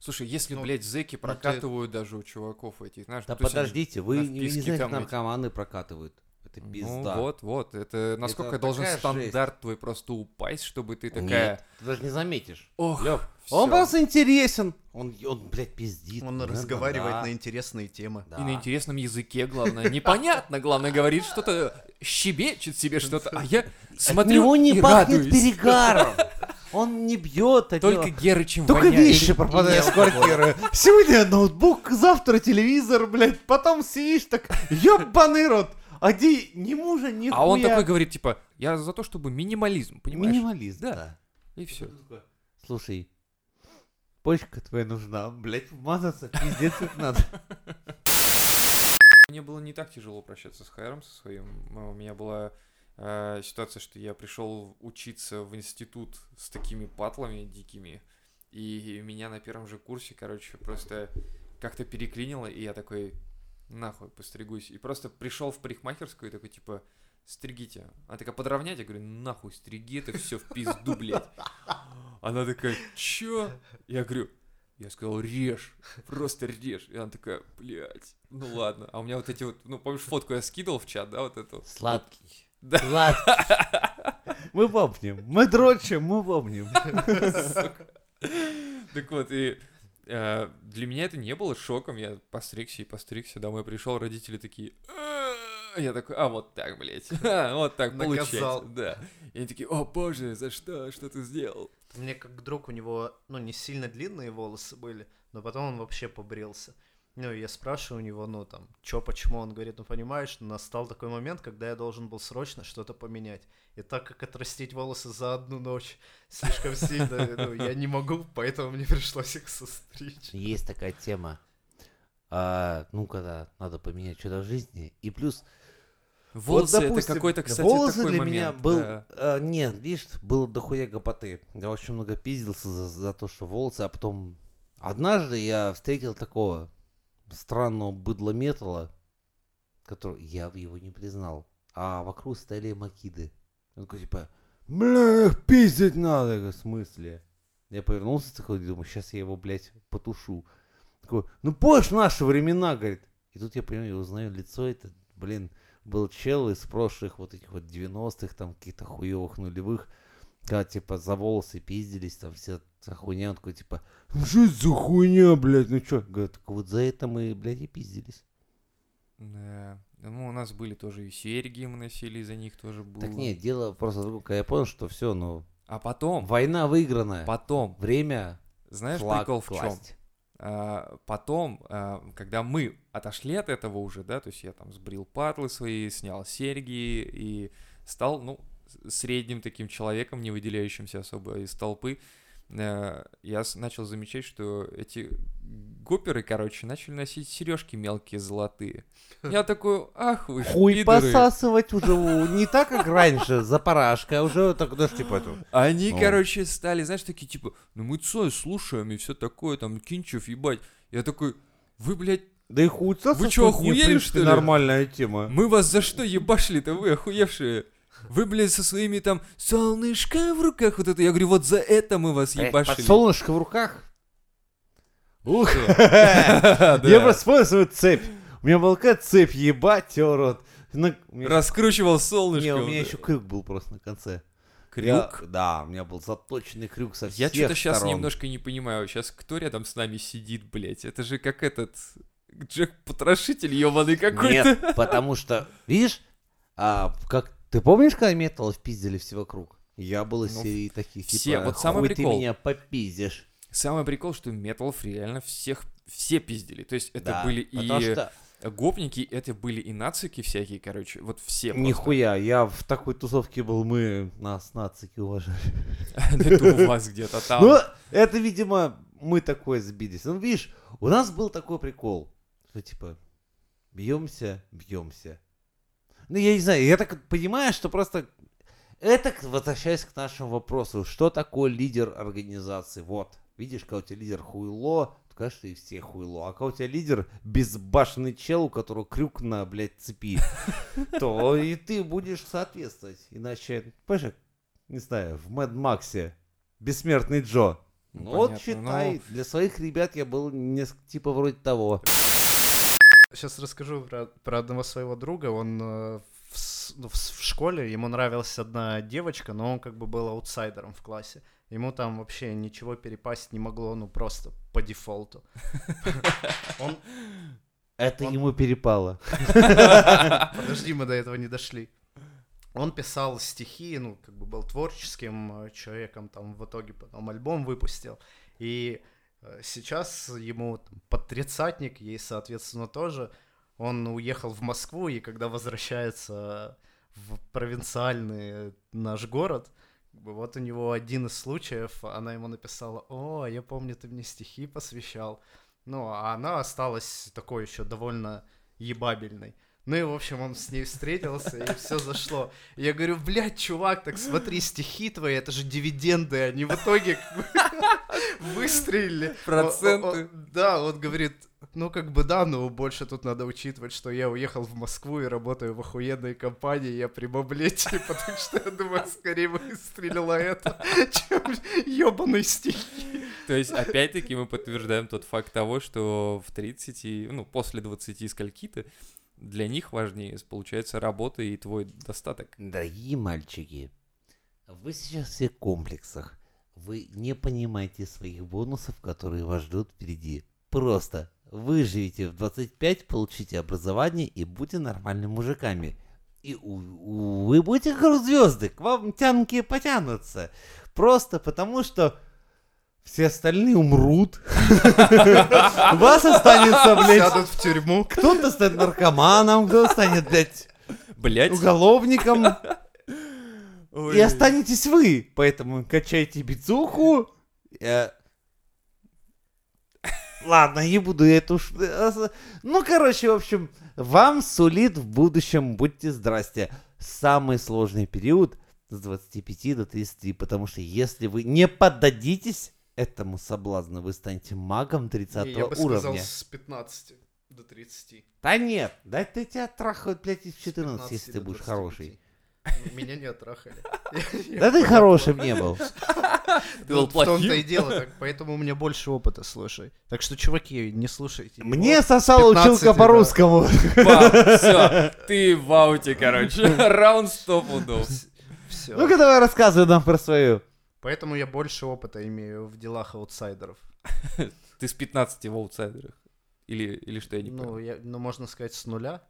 [SPEAKER 1] Слушай, если,
[SPEAKER 5] Ну,
[SPEAKER 1] блядь, зэки прокатывают даже у чуваков этих, знаешь,
[SPEAKER 2] Да
[SPEAKER 1] ну, то есть они-
[SPEAKER 2] подождите, вы
[SPEAKER 1] на
[SPEAKER 2] не, не
[SPEAKER 1] вписке
[SPEAKER 2] знаете,
[SPEAKER 1] там эти.
[SPEAKER 2] наркоманы прокатывают. Это пизда.
[SPEAKER 1] Ну вот, вот, это насколько должен
[SPEAKER 2] такая
[SPEAKER 1] стандарт твой просто упасть, чтобы ты
[SPEAKER 2] Нет,
[SPEAKER 1] такая...
[SPEAKER 2] ты даже не заметишь.
[SPEAKER 1] Ох,
[SPEAKER 2] Лёв,
[SPEAKER 1] всё.
[SPEAKER 2] он просто интересен. Он, он блядь, пиздит.
[SPEAKER 5] Он
[SPEAKER 2] Да, да,
[SPEAKER 5] разговаривает
[SPEAKER 2] да.
[SPEAKER 5] на интересные темы.
[SPEAKER 2] Да.
[SPEAKER 1] И на интересном языке, главное. Непонятно, главное, говорит что-то, щебечет себе что-то, а я
[SPEAKER 2] От
[SPEAKER 1] смотрю
[SPEAKER 2] него не
[SPEAKER 1] и
[SPEAKER 2] пахнет
[SPEAKER 1] радуюсь.
[SPEAKER 2] перегаром. Он не бьет, от
[SPEAKER 1] Только
[SPEAKER 2] него-
[SPEAKER 1] Герычем
[SPEAKER 2] Только
[SPEAKER 1] воняет.
[SPEAKER 2] вещи пропадают из квартиры. Сегодня ноутбук, завтра телевизор, блядь. Потом сидишь так, ебаный рот. Оди ни мужа, ни
[SPEAKER 1] А он
[SPEAKER 2] хуя.
[SPEAKER 1] такой говорит, типа, я за то, чтобы минимализм, понимаешь?
[SPEAKER 2] Минималист,
[SPEAKER 1] Да.
[SPEAKER 2] да.
[SPEAKER 1] И все.
[SPEAKER 2] Слушай, почка твоя нужна, блядь, вмазаться, пиздец, как надо.
[SPEAKER 1] Мне было не так тяжело прощаться с Хайром, со своим. Э, У меня была э, ситуация, что я пришел учиться в институт с такими патлами дикими, и меня на первом же курсе, короче, просто как-то переклинило, и я такой, нахуй, постригусь. И просто пришел в парикмахерскую и такой, типа, стригите. Она такая, подровнять? Я говорю, нахуй, стриги, это все в пизду, блядь. Она такая, чё? Я говорю, я сказал, режь, просто режь. И она такая, блядь, ну ладно. А у меня вот эти вот, ну помнишь, фотку я скидывал в чат, да, вот эту?
[SPEAKER 2] Сладкий.
[SPEAKER 1] Да.
[SPEAKER 2] Сладкий. Мы помним, мы дрочим, мы помним.
[SPEAKER 1] Так вот, и э, для меня это не было шоком. Я постригся и постригся, домой пришел, родители такие... «А-а-а». Я такой, а вот так, блядь. Ха, вот так
[SPEAKER 5] Наказал.
[SPEAKER 1] получается. Да. И они такие, о боже, за что, что ты сделал?
[SPEAKER 5] Мне как друг, у него, ну, не сильно длинные волосы были, но потом он вообще побрился. Ну, и я спрашиваю у него, ну, там, чё, почему, он говорит, ну, понимаешь, настал такой момент, когда я должен был срочно что-то поменять. И так как отрастить волосы за одну ночь слишком сильно, ну, я не могу, поэтому мне пришлось их состричь.
[SPEAKER 2] Есть такая тема. А, ну, когда надо поменять что-то в жизни. И плюс...
[SPEAKER 1] Волосы
[SPEAKER 2] вот, допустим,
[SPEAKER 1] это какой-то, кстати,
[SPEAKER 2] волосы
[SPEAKER 1] такой
[SPEAKER 2] для
[SPEAKER 1] момент.
[SPEAKER 2] меня был...
[SPEAKER 1] да.
[SPEAKER 2] а, нет, видишь, было дохуя гопоты. Я очень много пиздился за, за то, что волосы, а потом... Однажды я встретил такого странного быдла металла, который я в его не признал. А вокруг стояли макиды. Он такой, типа, бля, их пиздить надо. Я говорю, в смысле? Я повернулся такой, думаю, сейчас я его, блядь, потушу. Такой, ну помнишь наши времена, говорит. И тут я понимаю, я узнаю лицо это, блин, был чел из прошлых вот этих вот 90-х, там каких-то хуевых нулевых, когда типа за волосы пиздились, там вся эта хуйня, он такой типа, «Ну что это за хуйня, блядь, ну чё? Говорит, так вот за это мы, блядь, и пиздились.
[SPEAKER 1] Да. Ну, у нас были тоже и серьги, мы носили, и за них тоже было.
[SPEAKER 2] Так нет, дело просто в другом, когда я понял, что все, ну,
[SPEAKER 1] А потом,
[SPEAKER 2] война выиграна,
[SPEAKER 1] потом,
[SPEAKER 2] время
[SPEAKER 1] знаешь,
[SPEAKER 2] флаг
[SPEAKER 1] прикол в чем?
[SPEAKER 2] класть.
[SPEAKER 1] А, Потом, а, когда мы отошли от этого уже, да, то есть я там сбрил патлы свои, снял серьги и стал, ну, с- средним таким человеком, не выделяющимся особо из толпы, а, э, я с- начал замечать, что эти гоперы, короче, начали носить сережки мелкие золотые. Я такой, ах вы ж
[SPEAKER 2] Хуй
[SPEAKER 1] пидоры».
[SPEAKER 2] посасывать уже не так, как раньше, за парашкой, а уже так, знаешь, типа это...
[SPEAKER 1] Они,
[SPEAKER 2] Ну.
[SPEAKER 1] короче, стали, знаешь, такие, типа, ну мы Цой слушаем и все такое, там, Кинчев, ебать. Я такой, вы, блядь,
[SPEAKER 2] Да и хуй сосать
[SPEAKER 1] Вы чё,
[SPEAKER 2] тут не, в
[SPEAKER 1] охуели,
[SPEAKER 2] принципе,
[SPEAKER 1] что ли?
[SPEAKER 2] Нормальная тема.
[SPEAKER 1] мы вас за что ебашили-то, вы охуевшие? Вы, блядь, со своими там солнышко в руках вот это. Я говорю, вот за это мы вас
[SPEAKER 2] Э,
[SPEAKER 1] ебашили.
[SPEAKER 2] Солнышко в руках. Ух.
[SPEAKER 1] Да.
[SPEAKER 2] Я просто вспомнил свою цепь. У меня была какая цепь, ебать, её рот. На- у меня-
[SPEAKER 1] Раскручивал солнышко.
[SPEAKER 2] Не, у
[SPEAKER 1] вот
[SPEAKER 2] меня
[SPEAKER 1] это.
[SPEAKER 2] еще крюк был просто на конце.
[SPEAKER 1] Крюк?
[SPEAKER 2] Я- да, у меня был заточенный крюк со
[SPEAKER 1] Я
[SPEAKER 2] всех
[SPEAKER 1] что-то сейчас
[SPEAKER 2] сторон.
[SPEAKER 1] немножко не понимаю. Сейчас кто рядом с нами сидит, блядь? Это же как этот Джек-потрошитель ебаный какой-то.
[SPEAKER 2] Нет, потому что, видишь, а, как ты помнишь, когда металлов пиздили все вокруг? Я был из
[SPEAKER 1] Ну,
[SPEAKER 2] серии таких,
[SPEAKER 1] все,
[SPEAKER 2] типа,
[SPEAKER 1] вот самый
[SPEAKER 2] «Хуй ты
[SPEAKER 1] прикол».
[SPEAKER 2] меня попиздишь.
[SPEAKER 1] Самый прикол, что металлов реально всех все пиздили. То есть это
[SPEAKER 2] Да,
[SPEAKER 1] были
[SPEAKER 2] потому
[SPEAKER 1] и
[SPEAKER 2] что-
[SPEAKER 1] гопники, это были и нацики всякие, короче. Вот все. просто.
[SPEAKER 2] Нихуя, я в такой тусовке был, мы нас нацики уважали.
[SPEAKER 1] Это у вас где-то
[SPEAKER 2] Ну,
[SPEAKER 1] там.
[SPEAKER 2] это, видимо, мы такое сбились. Ну, видишь, у нас был такой прикол, что типа бьемся, бьемся. Ну, я не знаю, я так понимаю, что просто это к- возвращаясь к нашему вопросу, что такое лидер организации? Вот, видишь, когда у тебя лидер хуйло, то, конечно, и все хуйло. А когда у тебя лидер безбашенный чел, у которого крюк на, блядь, цепи, то и ты будешь соответствовать. Иначе, понимаешь, как, не знаю, в Мэд Максе бессмертный Джо. Ну, вот
[SPEAKER 1] Понятно,
[SPEAKER 2] считай, для своих ребят я был несколько типа вроде того.
[SPEAKER 5] Сейчас расскажу про, про одного своего друга. Он э, в, с- ну, в с- в школе, ему нравилась одна девочка, но он как бы был аутсайдером в классе. Ему там вообще ничего перепасть не могло, ну просто по дефолту. Он...
[SPEAKER 2] Это
[SPEAKER 5] Он-
[SPEAKER 2] ему перепало.
[SPEAKER 5] Подожди, мы до этого не дошли. Он писал стихи, ну, как бы был творческим э, человеком, там в итоге потом альбом выпустил. И э, сейчас ему там, под тридцатник, ей, соответственно, тоже. Он уехал в Москву, и когда возвращается в провинциальный наш город, как бы вот у него один из случаев, она ему написала, «О, я помню, ты мне стихи посвящал». Ну, а она осталась такой еще довольно ебабельной. Ну и, в общем, он с ней встретился, и все зашло. Я говорю, блядь, чувак, так смотри, стихи твои, это же дивиденды, они в итоге как бы выстрелили.
[SPEAKER 1] Проценты.
[SPEAKER 5] О- о- о- Да, он говорит, ну как бы да, но больше тут надо учитывать, что я уехал в Москву и работаю в охуенной компании, я при бабле, типа, так что я думаю, скорее выстрелила это, чем ебаные стихи.
[SPEAKER 1] То есть, опять-таки, мы подтверждаем тот факт того, что в 30, и, ну, после 20 скольки-то, для них важнее, получается, работа и твой достаток.
[SPEAKER 2] Дорогие мальчики, вы сейчас все в комплексах. Вы не понимаете своих бонусов, которые вас ждут впереди. Просто выживите в 25, получите образование и будьте нормальными мужиками. И у- у- вы будете как звезды, к вам тянки потянутся. Просто потому, что все остальные умрут. Вас останется, блядь.
[SPEAKER 5] Сядут в тюрьму.
[SPEAKER 2] Кто-то станет наркоманом, кто-то станет, блядь,
[SPEAKER 1] Блять.
[SPEAKER 5] Ну,
[SPEAKER 2] уголовником. И останетесь вы. Поэтому качайте бицуху. Э, Ладно, не буду я это уж... э, с- Ну, короче, в общем, вам сулит в будущем, будьте здрасте, самый сложный период с 25 до 30, потому что если вы не поддадитесь этому соблазну, вы станете магом 30
[SPEAKER 5] Я бы сказал,
[SPEAKER 2] уровня.
[SPEAKER 5] с 15 до 30.
[SPEAKER 2] Да нет, да ты тебя трахают, блядь, и в 14,
[SPEAKER 5] 15
[SPEAKER 2] если
[SPEAKER 5] до
[SPEAKER 2] ты будешь
[SPEAKER 5] 25.
[SPEAKER 2] хороший.
[SPEAKER 5] Меня не отрахали.
[SPEAKER 2] Да ты хорошим не был.
[SPEAKER 1] Ты был
[SPEAKER 5] Вот В том-то
[SPEAKER 1] плохим.
[SPEAKER 5] и дело, так, поэтому у меня больше опыта, слушай. Так что, чуваки, не слушайте. его.
[SPEAKER 2] Мне сосала
[SPEAKER 5] 15,
[SPEAKER 2] училка
[SPEAKER 5] да.
[SPEAKER 2] по-русскому.
[SPEAKER 1] Все, ты в ауте, короче. Раунд стопудов.
[SPEAKER 5] Всё.
[SPEAKER 2] Ну-ка давай рассказывай нам про свою.
[SPEAKER 5] Поэтому я больше опыта имею в делах аутсайдеров.
[SPEAKER 1] Ты с 15 в аутсайдерах. Или, или что, я не
[SPEAKER 5] Ну,
[SPEAKER 1] понял.
[SPEAKER 5] я, ну, можно сказать, с нуля.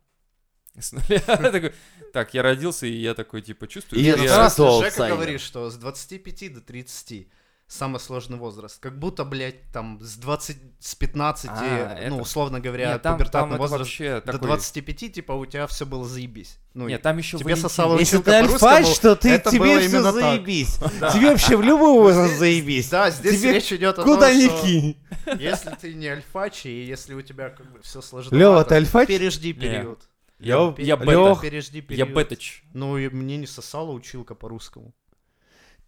[SPEAKER 1] С нуля. Такой, Так, я родился, и я такой, типа, чувствую,
[SPEAKER 2] И
[SPEAKER 1] что
[SPEAKER 2] это
[SPEAKER 1] я-
[SPEAKER 2] раз.
[SPEAKER 5] Жека
[SPEAKER 2] аутсайдер.
[SPEAKER 5] говорит, что с 25 до 30. самый сложный возраст. Как будто, блядь, там с 20, с 15,
[SPEAKER 1] А, это-
[SPEAKER 5] ну, условно говоря,
[SPEAKER 1] Нет, там, там
[SPEAKER 5] пубертатный
[SPEAKER 1] это
[SPEAKER 5] возраст
[SPEAKER 1] вообще
[SPEAKER 5] до
[SPEAKER 1] такой-
[SPEAKER 5] 25, типа, у тебя все было заебись. Ну,
[SPEAKER 1] Нет, там еще
[SPEAKER 5] тебе
[SPEAKER 1] Валентин.
[SPEAKER 5] сосало-
[SPEAKER 2] Если ты
[SPEAKER 5] училка по-русскому,
[SPEAKER 2] альфач, то ты,
[SPEAKER 5] это
[SPEAKER 2] тебе
[SPEAKER 5] было
[SPEAKER 2] все
[SPEAKER 5] именно так.
[SPEAKER 2] заебись. Тебе вообще в любом возрасте заебись.
[SPEAKER 5] Да, здесь
[SPEAKER 2] Тебе
[SPEAKER 5] речь идет о
[SPEAKER 2] Куда
[SPEAKER 5] том,
[SPEAKER 2] ни
[SPEAKER 5] что
[SPEAKER 2] кинь.
[SPEAKER 5] если ты не альфач, и если у тебя как бы все сложно.
[SPEAKER 2] Лёва, ты альфач?
[SPEAKER 5] Пережди
[SPEAKER 1] Не.
[SPEAKER 5] период.
[SPEAKER 1] Я,
[SPEAKER 2] Лёв-
[SPEAKER 1] я бета.
[SPEAKER 2] Лёх,
[SPEAKER 5] Пережди
[SPEAKER 1] Я
[SPEAKER 5] период.
[SPEAKER 1] бетач.
[SPEAKER 5] Ну, и мне не сосала училка по-русскому.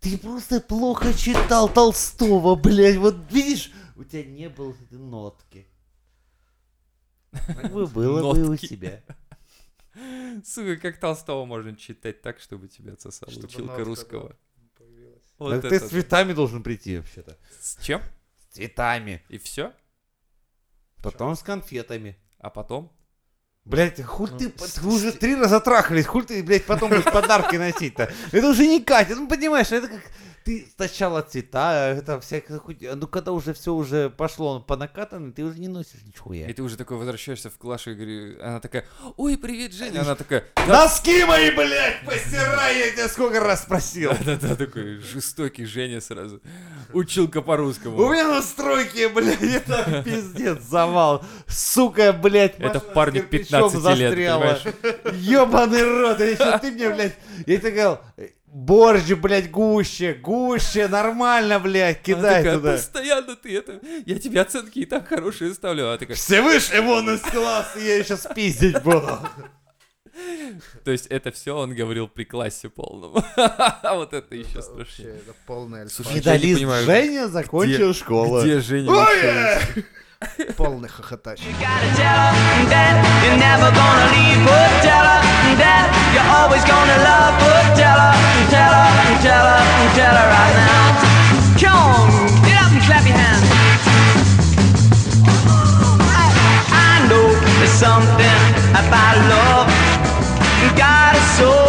[SPEAKER 2] Ты просто плохо читал Толстого, блядь. Вот видишь, у тебя не было этой нотки. Как бы было бы у
[SPEAKER 1] Нотки.
[SPEAKER 2] тебя.
[SPEAKER 1] Сука, как Толстого можно читать так, чтобы тебя отсосала
[SPEAKER 5] Чтобы
[SPEAKER 1] училка
[SPEAKER 5] нотка,
[SPEAKER 1] русского?
[SPEAKER 2] Так
[SPEAKER 1] Вот
[SPEAKER 2] ты
[SPEAKER 1] это
[SPEAKER 2] с
[SPEAKER 1] да.
[SPEAKER 2] цветами должен прийти вообще-то.
[SPEAKER 1] С чем?
[SPEAKER 2] С цветами.
[SPEAKER 1] И все?
[SPEAKER 2] Потом с конфетами.
[SPEAKER 1] А потом?
[SPEAKER 2] Блять, хуй ты, вы уже три раза трахались, хуй ты, блядь, потом будешь подарки носить-то. Это уже не катит, ну понимаешь, это как ты сначала цвета, а это всякая хуй... Ну когда уже все уже пошло по накатанной, ты уже не носишь ничего.
[SPEAKER 1] И ты уже такой возвращаешься в класс и говори- она такая, ой, привет, Женя. Она такая,
[SPEAKER 2] Носки мои, блядь, постирай, я тебя сколько раз просил.
[SPEAKER 1] да-да-да, такой жестокий Женя сразу. Училка
[SPEAKER 2] У
[SPEAKER 1] по-русскому.
[SPEAKER 2] меня настройки, блядь, это пиздец, завал. Сука, блядь,
[SPEAKER 1] Это
[SPEAKER 2] машина с
[SPEAKER 1] парню
[SPEAKER 2] кирпичом
[SPEAKER 1] 15 лет, понимаешь?
[SPEAKER 2] Ёбаный рот, еще ты мне, блядь, я тебе говорил, борщ, блядь, гуще, гуще, нормально, блядь,
[SPEAKER 1] Она
[SPEAKER 2] кидай
[SPEAKER 1] такая,
[SPEAKER 2] туда.
[SPEAKER 1] Постоянно ты это, я тебе оценки и так хорошие ставлю. Она такая,
[SPEAKER 2] Все вышли вон из класса, я еще спиздить буду.
[SPEAKER 1] то есть это все он говорил при классе полном. А Вот это еще
[SPEAKER 5] Это вообще,
[SPEAKER 1] страшнее.
[SPEAKER 5] это полный альфа.
[SPEAKER 1] Слушай, я не
[SPEAKER 2] Медалист
[SPEAKER 1] понимаю,
[SPEAKER 2] Женя закончил школу.
[SPEAKER 1] Где Женя? вообще?
[SPEAKER 5] Полный хохотач.
[SPEAKER 4] Gotta tell her that you're never gonna leave, but tell her that you're always gonna love, but tell her, tell her, tell her, tell her right now. Come on, get up and clap your hands. I, I know there's something about love, got a soul